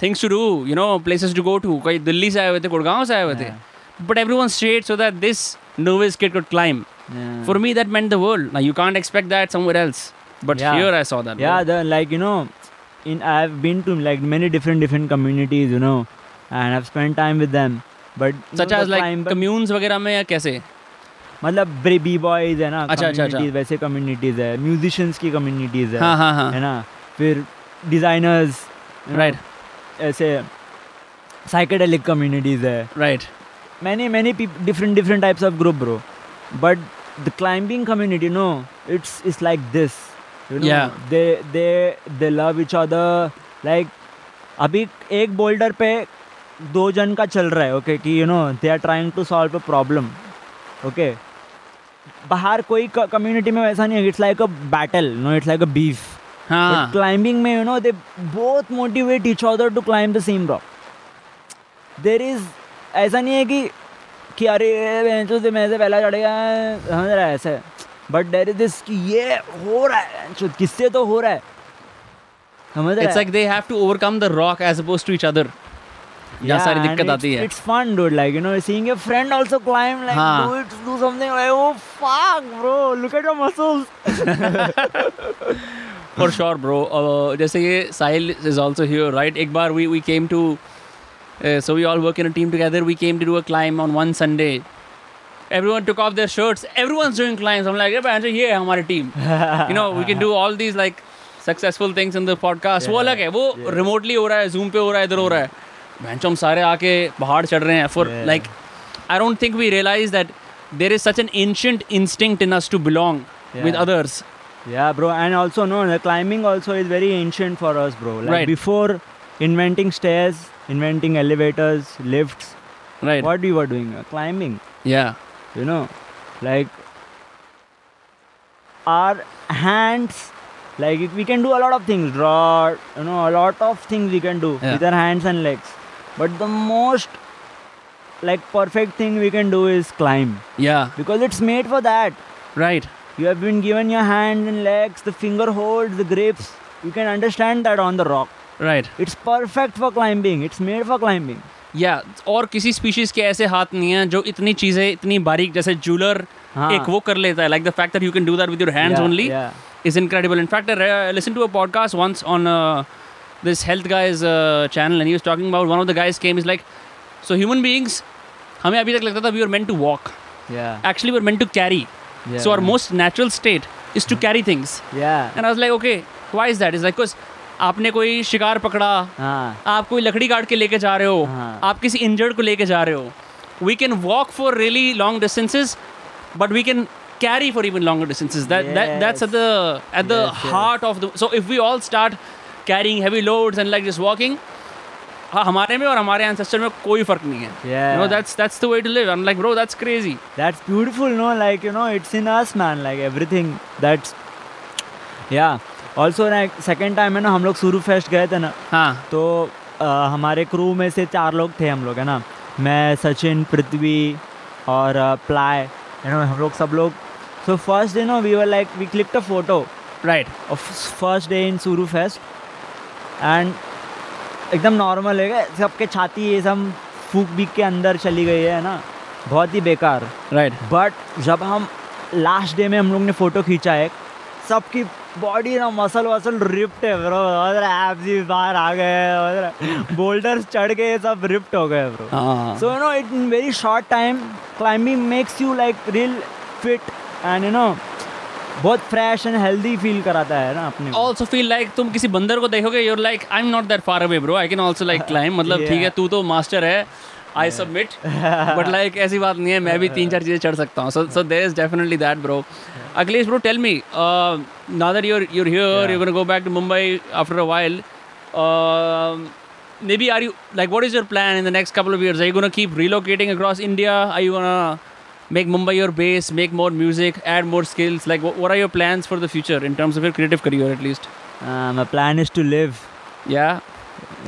Speaker 2: things to do you know places to go to कोई दिल्ली से आए हुए थे गुड़गांव से आए हुए थे but everyone stayed so that this novice kid could climb
Speaker 3: Yeah.
Speaker 2: for me that meant the world now you can't expect that somewhere else but
Speaker 3: Yeah.
Speaker 2: here i saw that
Speaker 3: yeah the, like you know in i've been to like many different different communities you know and i've spent time with them but you
Speaker 2: सच
Speaker 3: know, the
Speaker 2: edge
Speaker 3: climb-
Speaker 2: like communes वगैरह में या कैसे
Speaker 3: मतलब B boys है ना
Speaker 2: अच्छा, अच्छा, अच्छा।
Speaker 3: communities, वैसे कम्युनिटीज है म्यूजिशियंस की कम्युनिटीज है
Speaker 2: हाँ हाँ हाँ
Speaker 3: है ना फिर डिजाइनर्स
Speaker 2: राइट
Speaker 3: ऐसे साइकेडेलिक कम्युनिटीज है
Speaker 2: right
Speaker 3: many many people different different types of group bro but the climbing community you know it's it's like this you know
Speaker 2: Yeah.
Speaker 3: they they they love each other like अभी एक boulder पे दो जन का चल रहा है okay कि you know they are trying to solve a problem okay बाहर कोई कम्युनिटी में वैसा नहीं है it's like a battle no it's like a beef
Speaker 2: हाँ
Speaker 3: But climbing may you know they both motivate each other to climb the same rock. There is ऐसा नहीं है कि कि अरे बेंचो से मैं से पहला चढ़ेगा समझ रहा है ऐसा बट देर इज दिस कि ये हो रहा है बेंचो किससे तो हो रहा है समझ रहा
Speaker 2: इट्स
Speaker 3: है
Speaker 2: like they have to overcome the rock as opposed to each other यहाँ सारी दिक्कत आती है
Speaker 3: it's fun dude like you know seeing a friend also climb like
Speaker 2: हाँ.
Speaker 3: Do it do something like oh fuck bro look at your muscles
Speaker 2: for sure bro Uh, जैसे ये Sahil is also here right एक बार we we came to so we all work in a team together we came to do a climb on one Sunday everyone took off their shirts everyone's doing climbs i'm like yeah ye hai hamari team you know we can do all these like successful things in the podcast वो
Speaker 3: Yeah,
Speaker 2: अलग है वो remotely हो रहा है zoom पे हो रहा है इधर हो रहा है भैंचो हम सारे आके पहाड़ चढ़ रहे हैं for
Speaker 3: Yeah.
Speaker 2: like i don't think we realize that there is such an ancient instinct in us to belong with
Speaker 3: Yeah.
Speaker 2: others
Speaker 3: Yeah, bro, and also no, the climbing also is very ancient for us, bro. Like
Speaker 2: Right.
Speaker 3: before inventing stairs, inventing elevators, lifts,
Speaker 2: right
Speaker 3: what we were doing, uh, climbing.
Speaker 2: yeah
Speaker 3: You know, like our hands, like we can do a lot of things. Draw, you know, a lot of things we can do
Speaker 2: Yeah.
Speaker 3: with our hands and legs. But the most like perfect thing we can do is climb
Speaker 2: yeah
Speaker 3: because it's made for that.
Speaker 2: right
Speaker 3: You have been given your hands and legs, the finger holds, the grips. You can understand that on the rock.
Speaker 2: right
Speaker 3: It's perfect for climbing. It's made for climbing.
Speaker 2: या और किसी species के ऐसे हाथ नहीं हैं जो इतनी चीजें इतनी बारीक जैसे जूलर
Speaker 3: हाँ।
Speaker 2: एक वो कर लेता है like the fact that you can do that with your hands
Speaker 3: Yeah,
Speaker 2: only
Speaker 3: yeah.
Speaker 2: Is incredible in fact listen to a podcast once on this health guys channel and he was talking about one of the guys came is like so human beings हमें अभी तक लगता था we are meant to walk
Speaker 3: Yeah.
Speaker 2: Actually we are meant to carry
Speaker 3: Yeah.
Speaker 2: So our most natural state is to carry things
Speaker 3: Yeah.
Speaker 2: And I was like okay why is that is like because आपने कोई शिकार पकड़ा
Speaker 3: हाँ.
Speaker 2: आप कोई लकड़ी काट के लेके जा रहे हो
Speaker 3: हाँ।
Speaker 2: आप किसी इंजर्ड को लेके जा रहे हो we can walk for really long distances but we can carry for even longer distances that's at the at the
Speaker 3: Yes, yes.
Speaker 2: Heart of the so if we all start carrying heavy loads and like just walking हाँ, हमारे में और हमारे ancestor में कोई फर्क नहीं है
Speaker 3: Yeah.
Speaker 2: No that's that's the way to live I am like bro that's crazy
Speaker 3: That's beautiful, no? Like, you know, it's in us, man. Like, everything. That's. Yeah. Also, like, second time, है ना हम लोग सुरू fest गए थे ना
Speaker 2: हाँ
Speaker 3: तो अ, हमारे क्रू में से चार लोग थे हम लोग है ना मैं सचिन पृथ्वी और अ, प्लाय है ना हम लोग सब लोग so first day no we were like we click a photo
Speaker 2: right
Speaker 3: of first day in सुरू फेस्ट एंड एकदम नॉर्मल है सबके छाती ये सब फूक बीक के अंदर चली गई है ना बहुत ही बेकार
Speaker 2: राइट
Speaker 3: बट जब हम लास्ट डे में हम लोग ने फोटो खींचा है सबकी बॉडी ना मसल वसल रिप्ट है ब्रो एब्स भी बाहर आ गए बोल्डर्स चढ़ के सब रिप्ट हो गए ब्रो
Speaker 2: हाँ
Speaker 3: so you know it in very short time climbing makes you like real fit and you know बहुत फ्रेश एंड हेल्दी फील कराता है ना अपने को।
Speaker 2: ऑल्सो फील लाइक तुम किसी बंदर को देखोगे you're like I am not that far away bro I can also
Speaker 3: <laughs>
Speaker 2: like climb मतलब
Speaker 3: Yeah.
Speaker 2: ठीक है तू तो मास्टर है आई सबमिट बट लाइक ऐसी बात नहीं है मैं भी तीन चार चीज़ें चढ़ सकता हूँ so so there is definitely that bro Akhilesh bro tell me ना that your your here you can go back to Mumbai after a while uh, may be are you like what is your plan in the next couple of years I gonna keep relocating across India I you make mumbai your base make more music add more skills like what, what are your plans for the future in terms of your creative career at least
Speaker 3: Uh, my plan is to live.
Speaker 2: Yeah,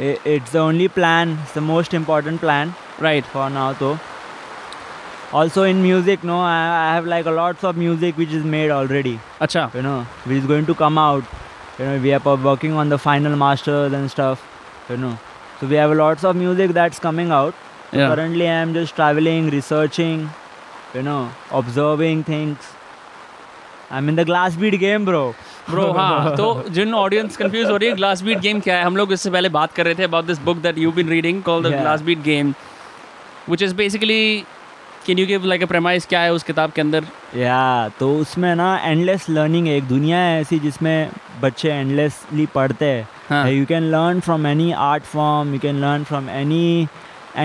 Speaker 3: I- It's the only plan. It's the most important plan
Speaker 2: right.
Speaker 3: for now, though. also in music no I, I have like a lots of music which is made already
Speaker 2: अच्छा
Speaker 3: you know which is going to come out you know we are po- working on the final masters and stuff you know so we have lots of music that's coming out So
Speaker 2: Yeah.
Speaker 3: currently i am just traveling researching you know observing things i'm in the glass bead game bro
Speaker 2: bro हाँ तो जिन audience confuse हो रही है glass bead game क्या है हम लोग इससे पहले बात कर रहे थे about this book that you been reading call the
Speaker 3: Yeah.
Speaker 2: Glass bead game which is basically can you give like a premise क्या है उस किताब के अंदर
Speaker 3: या तो उसमें ना एंडलेस लर्निंग एक दुनिया है ऐसी जिसमें बच्चे एंडलेसली पढ़ते
Speaker 2: हाँ।
Speaker 3: हैं you can learn from any art form you can learn from any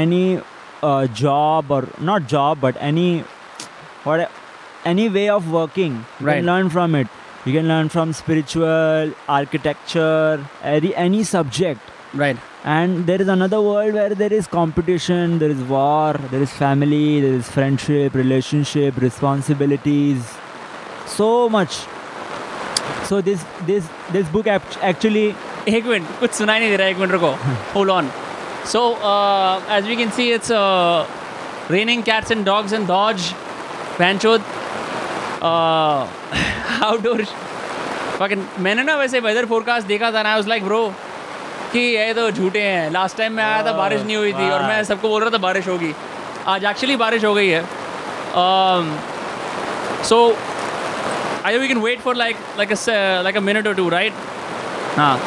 Speaker 3: any uh, job और नॉट जॉब बट एनी और any way of working you
Speaker 2: Right.
Speaker 3: Can learn from it you can learn from spiritual architecture any subject
Speaker 2: right
Speaker 3: and there is another world where there is competition there is war there is family there is friendship relationship responsibilities so much so this this this book act- actually
Speaker 2: एक minute कुछ सुनाई नहीं दे रहा है एक minute रुको hold on so as we can see it's raining cats and dogs and dogs पैंचोद <laughs> outdoor मैंने ना वैसे वेदर फोरकास्ट देखा था ना आई लाइक ब्रो कि ये तो झूठे हैं लास्ट टाइम मैं आया था बारिश नहीं हुई थी और मैं सबको बोल रहा था बारिश होगी आज एक्चुअली बारिश हो गई है Um, so I we can wait for like like like a minute और टू राइट हाँ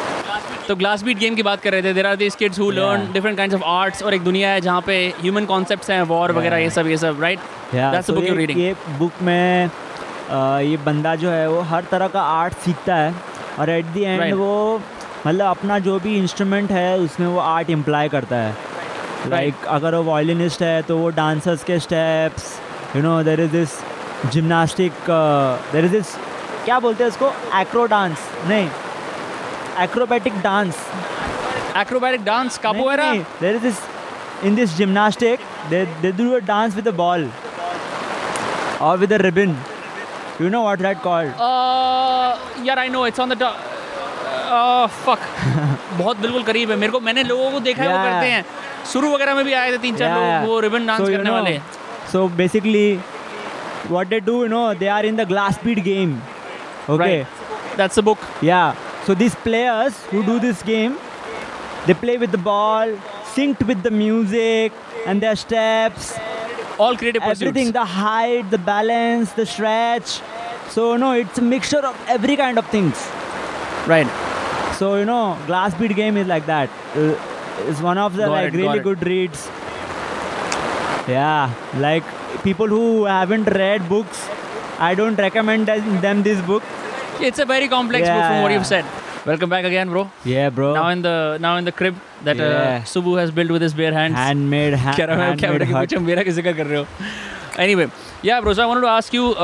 Speaker 2: तो ग्लास बीट गेम की बात कर रहे थे there are this kids who learn
Speaker 3: Yeah.
Speaker 2: Different kinds of arts और एक दुनिया है जहाँ पे ह्यूमन कॉन्सेप्ट्स हैं वॉर वगैरह ये सब ये सब right
Speaker 3: yeah,
Speaker 2: that's
Speaker 3: so
Speaker 2: book you
Speaker 3: ये,
Speaker 2: रीडिंग
Speaker 3: ये बुक में आ, ये बंदा जो है वो हर तरह का आर्ट सीखता है और एट द एंड
Speaker 2: Right.
Speaker 3: वो मतलब अपना जो भी इंस्ट्रूमेंट है उसमें वो आर्ट इम्प्लाई करता है लाइक like, अगर वो वायलिनिस्ट है तो वो डांसर्स के steps you know there is this gymnastic there is this क्या बोलते हैं उसको एक्रो डांस नहीं acrobatic dance
Speaker 2: acrobatic dance capoeira
Speaker 3: there is this in this gymnastic they, they do a dance with a ball or with a ribbon you know what that called
Speaker 2: Uh, यार I know it's on the
Speaker 3: <laughs>
Speaker 2: fuck uh, बहुत बिल्कुल करीब है मेरे को मैंने लोगों को देखा है वो
Speaker 3: Yeah.
Speaker 2: करते हैं शुरू वगैरह में भी आए थे तीन चार लोग वो रिबन डांस
Speaker 3: So, you
Speaker 2: करने
Speaker 3: know,
Speaker 2: वाले
Speaker 3: so basically what they do you know they are in the glass bead game okay
Speaker 2: that's a book
Speaker 3: yeah so these players who do this game they play with the ball synced with the music and their steps
Speaker 2: all creative
Speaker 3: everything
Speaker 2: possibilities
Speaker 3: the height the balance the stretch so no it's a mixture of every kind of things
Speaker 2: right
Speaker 3: so you know glass bead game is like that Uh, it's one of the
Speaker 2: Got
Speaker 3: like
Speaker 2: it, got
Speaker 3: really
Speaker 2: it.
Speaker 3: good reads yeah like people who haven't read books i don't recommend them- them this book
Speaker 2: it's a very complex book from what you
Speaker 3: Yeah.
Speaker 2: Said welcome back again bro
Speaker 3: yeah bro
Speaker 2: now in the now in the crib that
Speaker 3: Yeah.
Speaker 2: Subu has build with his bare hands <laughs>
Speaker 3: handmade ha-
Speaker 2: camera
Speaker 3: handmade
Speaker 2: camera के
Speaker 3: hut.
Speaker 2: पीछे मेरा किस जिक्र कर रहे हो anyway yeah bro so I wanted to ask you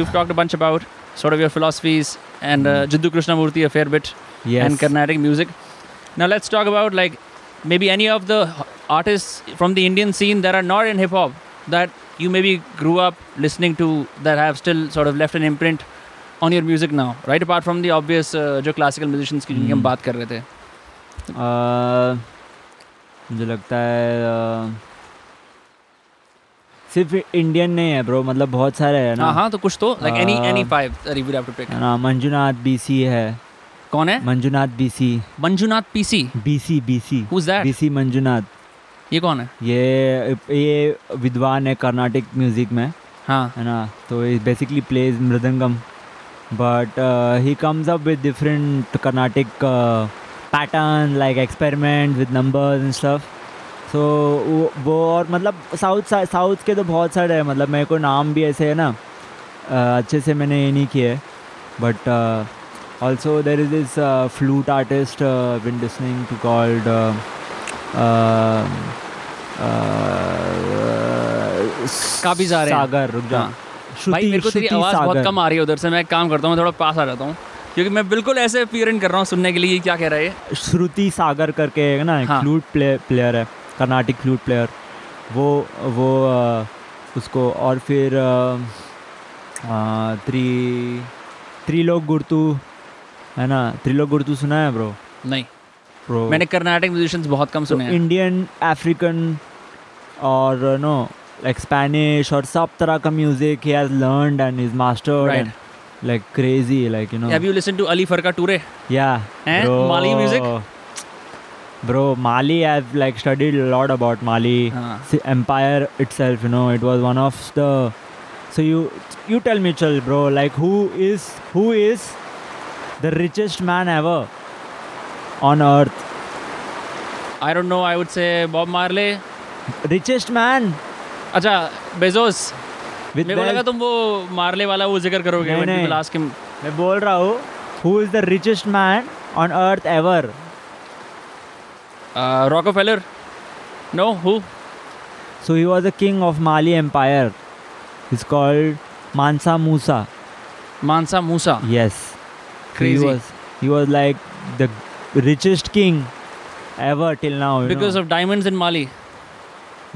Speaker 2: we talked a bunch about sort of your philosophies and uh, jiddu krishnamurti a fair bit
Speaker 3: Hmm. Yes.
Speaker 2: and carnatic music now let's talk about like maybe any of the h- artists from the indian scene that are not in hip hop that you maybe grew up listening to that have still sort of left an imprint on your music now right apart from the obvious uh, जो classical musicians की जिनकी
Speaker 3: Hmm.
Speaker 2: हम बात कर रहे थे
Speaker 3: Uh, मुझे लगता है uh, सिर्फ इंडियन नहीं है ब्रो मतलब बहुत सारे हैं ना
Speaker 2: हाँ हाँ तो कुछ तो like any
Speaker 3: Uh,
Speaker 2: any five that you would have to pick
Speaker 3: है ना मंजुनाथ बीसी है
Speaker 2: कौन है
Speaker 3: Manjunath BC
Speaker 2: Manjunath PC
Speaker 3: BC BC
Speaker 2: Who's that?
Speaker 3: BC Manjunath
Speaker 2: ये कौन है
Speaker 3: ये ये विद्वान है कर्नाटिक म्यूजिक में
Speaker 2: हाँ
Speaker 3: है ना तो he basically plays mridangam but he comes up with different Carnatic pattern like experiment with numbers and stuff so वो और मतलब साउथ साउथ के तो बहुत सारे हैं मतलब मेरे को नाम भी ऐसे है ना uh, अच्छे से मैंने ये नहीं किए uh, but also there is this flute artist been listening to called uh,
Speaker 2: काफी सारे हैं।
Speaker 3: सागर रुक जा
Speaker 2: हाँ। भाई मेरे को तेरी आवाज़ बहुत कम आ रही है उधर से मैं एक काम करता हूँ मैं थोड़ा पास आ जाता हूँ क्योंकि मैं बिल्कुल ऐसे पीरन कर रहा हूँ सुनने के लिए ये क्या कह रहा है ये।
Speaker 3: श्रुति सागर करके है ना
Speaker 2: हाँ।
Speaker 3: फ्लूट प्ले, प्लेयर है कर्नाटिक फ्लूट प्लेयर वो वो अ, उसको और फिर अ, अ, त्रि त्रिलोक गुर्तु है ना त्रिलोक गुर्तु सुना है तो ब्रो
Speaker 2: नहीं
Speaker 3: ब्रो तो
Speaker 2: मैंने कर्नाटक म्यूजिशियंस बहुत कम सुने हैं
Speaker 3: इंडियन अफ्रीकन और no like Spanish or sub tarah ka music he has learned and he's mastered
Speaker 2: Right.
Speaker 3: and like crazy like you know
Speaker 2: Have you listened to Ali Farka Toure?
Speaker 3: yeah
Speaker 2: Eh?
Speaker 3: bro.
Speaker 2: Mali music?
Speaker 3: bro Mali I've like studied a lot about Mali
Speaker 2: Ah.
Speaker 3: See, empire itself you know it was one of the so you you tell me Chal bro like who is who is the richest man ever on earth
Speaker 2: I don't know. I would say Bob Marley.
Speaker 3: richest man
Speaker 2: अच्छा Bezos
Speaker 3: with
Speaker 2: मेरे को लगा
Speaker 3: wealth.
Speaker 2: तुम वो मारले वाला वो जिक्र करोगे
Speaker 3: नहीं,
Speaker 2: when
Speaker 3: नहीं।
Speaker 2: people ask him,
Speaker 3: मैं बोल रहा हूँ who is the richest man on earth ever
Speaker 2: uh, Rockefeller? No, who?
Speaker 3: So he was the king of Mali empire is called Mansa Musa
Speaker 2: Mansa Musa.
Speaker 3: Yes
Speaker 2: Crazy.
Speaker 3: He was like the richest king ever till now you
Speaker 2: Because
Speaker 3: know.
Speaker 2: of diamonds in Mali.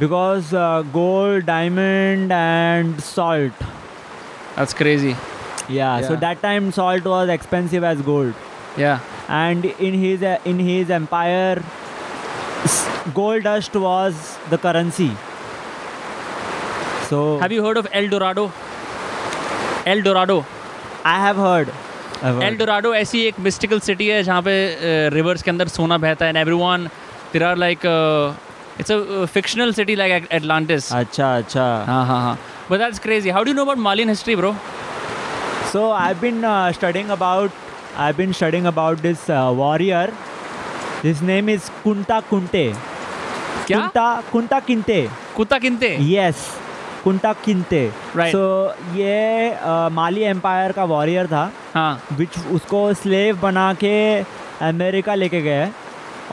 Speaker 3: because uh, gold diamond and salt
Speaker 2: That's crazy.
Speaker 3: yeah, so
Speaker 2: Yeah.
Speaker 3: that time salt was expensive as gold
Speaker 2: Yeah.
Speaker 3: and in his in his empire s- gold dust was the currency so
Speaker 2: Have you heard of El Dorado? El Dorado.
Speaker 3: i have heard I've heard.
Speaker 2: El Dorado ऐसी एक mystical city है जहाँ पे reverse के अंदर सोना बहता है and everyone there are like it's a fictional city like Atlantis
Speaker 3: acha acha
Speaker 2: हाँ हाँ हाँ but that's crazy how do know about Malian history bro
Speaker 3: so i've been uh, studying about i've been studying about this uh, warrior his name is kunta kunte
Speaker 2: क्या
Speaker 3: kunta kunta kinte
Speaker 2: कुत्ता Kinte
Speaker 3: yes Kunta Kinte
Speaker 2: Right.
Speaker 3: So ये अ, Mali empire का warrior था
Speaker 2: हाँ
Speaker 3: विच उसको slave बना के अमेरिका लेके गए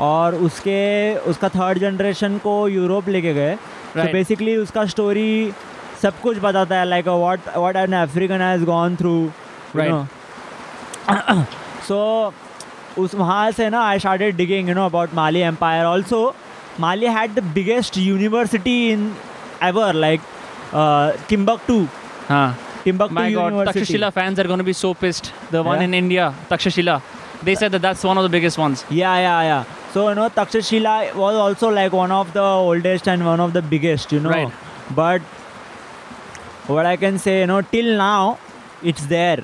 Speaker 3: और उसके उसका थर्ड जनरेशन को यूरोप लेके गए तो
Speaker 2: Right.
Speaker 3: बेसिकली उसका स्टोरी सब कुछ बताता है like what what an African has gone through
Speaker 2: Right.
Speaker 3: <coughs> So उस वहाँ से ना I started digging you know about Mali empire also Mali had the biggest university in ever like uh, Timbuktu
Speaker 2: हाँ
Speaker 3: Timbuktu
Speaker 2: My God,
Speaker 3: university
Speaker 2: Takshashila fans are going to be so pissed. The one
Speaker 3: Yeah?
Speaker 2: in India, Takshashila, they said that that's one of the biggest ones.
Speaker 3: Yeah, yeah, yeah. So you know, Takshashila was also like one of the oldest and one of the biggest. You know,
Speaker 2: Right.
Speaker 3: but what I can say, you know, till now, it's there.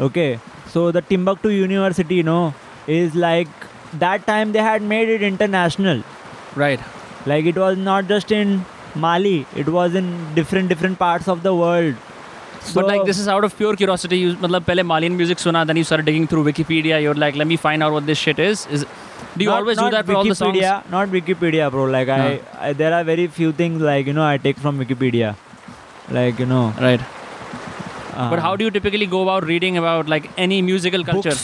Speaker 3: Okay. So the Timbuktu University, you know, is like that time they had made it international.
Speaker 2: Right.
Speaker 3: Like it was not just in Mali; it was in different different parts of the world. So,
Speaker 2: but like this is out of pure curiosity. You, मतलब पहले Malian music suna, then you started digging through Wikipedia. You're like, let me find out what this shit is. Is do you
Speaker 3: not,
Speaker 2: always do
Speaker 3: not
Speaker 2: that for all the songs?
Speaker 3: Wikipedia, Not Wikipedia, bro. Like I, I, there are very few things like you know I take from Wikipedia, like you know.
Speaker 2: Right.
Speaker 3: Uh,
Speaker 2: but how do you typically go about reading about like any musical
Speaker 3: Books.
Speaker 2: culture?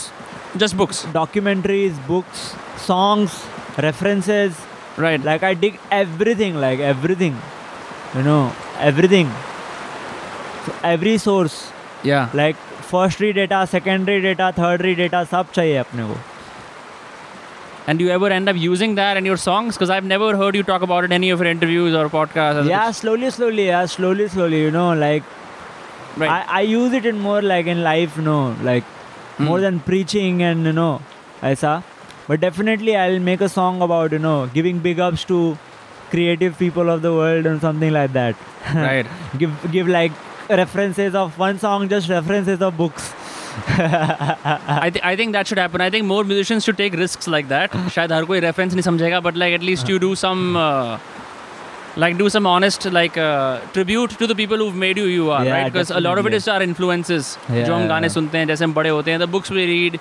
Speaker 2: Just books.
Speaker 3: documentaries, books, songs, references?
Speaker 2: Right.
Speaker 3: Like I dig everything, like everything, you know, everything. So every source,
Speaker 2: yeah.
Speaker 3: like firstary data, secondary data, thirdary data, सब चाहिए अपने को.
Speaker 2: And do you ever end up using that in your songs? Because I've never heard you talk about it in any of your interviews or podcasts.
Speaker 3: Yeah, slowly, slowly, yeah, slowly, slowly. You know, like
Speaker 2: Right.
Speaker 3: I, I use it in more like in life, no, like more
Speaker 2: Hmm.
Speaker 3: than preaching and you know, aisa. But definitely, I'll make a song about you know giving big ups to creative people of the world and something like that. <laughs>
Speaker 2: right.
Speaker 3: give give like references of one song, just references of books.
Speaker 2: <laughs> I, th- I think that should happen. I think more musicians should take risks like that.
Speaker 3: <laughs>
Speaker 2: शायद हर कोई reference नहीं समझेगा but like at least you do some uh, like do some honest like uh, tribute to the people who've made you you are
Speaker 3: Yeah,
Speaker 2: right because a lot of it
Speaker 3: definitely.
Speaker 2: is our influences
Speaker 3: Yeah,
Speaker 2: जो हम
Speaker 3: yeah,
Speaker 2: गाने
Speaker 3: yeah.
Speaker 2: सुनते हैं जैसे हम बड़े होते हैं the books we read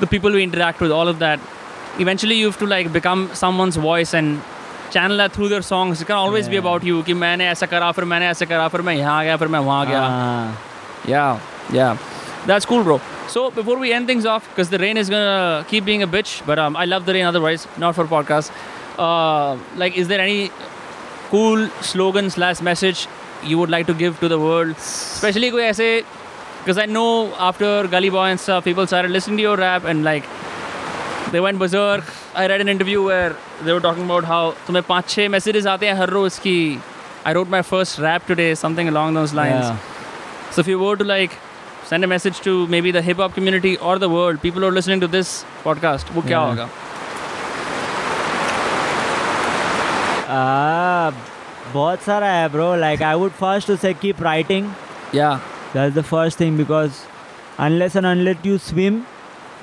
Speaker 2: the people we interact with all of that eventually you have to like become someone's voice and channel that through their songs it can always be
Speaker 3: Yeah.
Speaker 2: about you कि मैंने ऐसा करा फिर मैंने ऐसा करा फिर मैं यहाँ गया फिर मैं वहाँ गया
Speaker 3: Ah.
Speaker 2: yeah, yeah. That's cool, bro. So before we end things off, because the rain is gonna keep being a bitch, but um, I love the rain otherwise, not for podcast. Uh, like, is there any cool slogan slash message you would like to give to the world, especially कोई ऐसे? Because I know after Gully Boy and stuff, people started listening to your rap and like they went berserk. I read an interview where they were talking about how तुम्हें पाँच छः messages आते हैं हर रोज की I wrote my first rap today, something along those lines.
Speaker 3: Yeah.
Speaker 2: So if you were to like send a message to maybe the hip hop community or the world, people who are listening to this podcast, वो क्या
Speaker 3: Yeah.
Speaker 2: होगा?
Speaker 3: Ah, बहुत सारा है bro like I would first to say keep writing
Speaker 2: Yeah.
Speaker 3: That is the first thing because unless and अनलेट you swim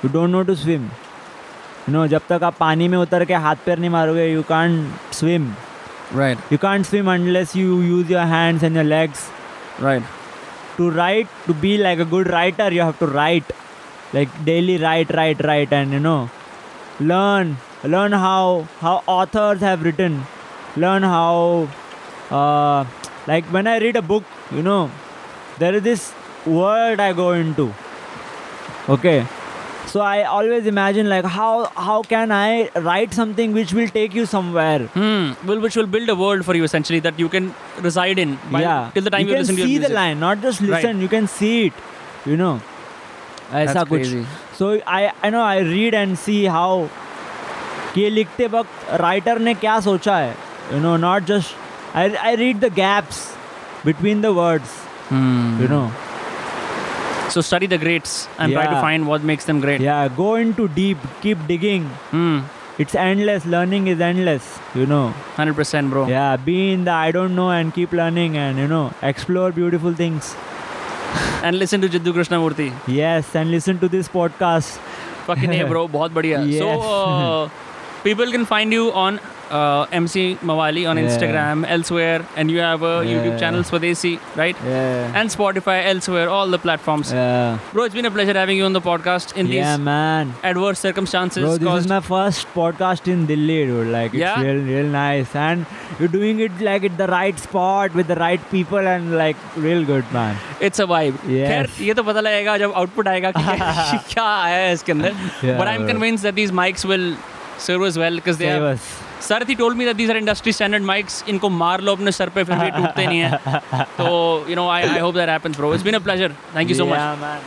Speaker 3: you don't know to swim you know जब तक आप पानी में उतर के हाथ पैर नहीं मारोगे you can't swim
Speaker 2: Right.
Speaker 3: You can't swim unless you use your hands and your legs
Speaker 2: Right.
Speaker 3: to write to be like a good writer you have to write like daily write write write and you know learn learn how how authors have written learn how uh, like when i read a book you know there is this world i go into okay so i always imagine like how how can i write something which will take you somewhere
Speaker 2: Hmm. Well, which will build a world for you essentially that you can reside in. By,
Speaker 3: yeah
Speaker 2: Till the time
Speaker 3: you
Speaker 2: you,
Speaker 3: can
Speaker 2: listen to your
Speaker 3: see the
Speaker 2: music.
Speaker 3: line not just
Speaker 2: Right.
Speaker 3: listen you can see it you know ऐसा
Speaker 2: That's
Speaker 3: कुछ
Speaker 2: crazy.
Speaker 3: So I I know I read and see how ये लिखते वक्त writer ने क्या सोचा है you know not just I I read the gaps between the words
Speaker 2: Hmm.
Speaker 3: You know
Speaker 2: So study the greats and try to
Speaker 3: Yeah.
Speaker 2: find what makes them great.
Speaker 3: या go in to deep keep digging
Speaker 2: Hmm.
Speaker 3: It's endless learning is endless you know
Speaker 2: Hundred percent, bro.
Speaker 3: Yeah be in the I don't know and keep learning and you know explore beautiful things
Speaker 2: And listen to Jiddu Krishnamurti.
Speaker 3: Yes and listen to this podcast
Speaker 2: Fucking hey, bro. बहुत बढ़िया. So
Speaker 3: Yes.
Speaker 2: uh, people can find you on uh, MC Mawali on
Speaker 3: Yeah.
Speaker 2: Instagram, elsewhere, and you have a YouTube
Speaker 3: Yeah.
Speaker 2: channel Swadesi, right?
Speaker 3: Yeah.
Speaker 2: And Spotify, elsewhere, all the platforms.
Speaker 3: yeah.
Speaker 2: Bro, it's been a pleasure having you on the podcast in
Speaker 3: Uh, yeah,
Speaker 2: these
Speaker 3: man.
Speaker 2: adverse circumstances
Speaker 3: Bro, this is
Speaker 2: caused
Speaker 3: my first podcast in Delhi, dude. Like, it's
Speaker 2: Yeah?
Speaker 3: real, real nice. And you're doing it like at the right spot with the right people, and like, real good, man.
Speaker 2: It's a vibe
Speaker 3: Yes.
Speaker 2: खैर ये तो पता लगेगा जब output आएगा
Speaker 3: <laughs>
Speaker 2: कि <laughs> क्या क्या आया है इसके अंदर
Speaker 3: Yeah,
Speaker 2: but I am
Speaker 3: bro.
Speaker 2: Convince that these mics will serve as well because they
Speaker 3: Save
Speaker 2: have
Speaker 3: us.
Speaker 2: Sir he told me that these are industry standard mics इनको मार लो अपने सर
Speaker 3: <laughs>
Speaker 2: पे फिर भी ये टूटते नहीं है तो you know I I hope that happens bro it's been a pleasure thank you so much
Speaker 3: Yeah, man.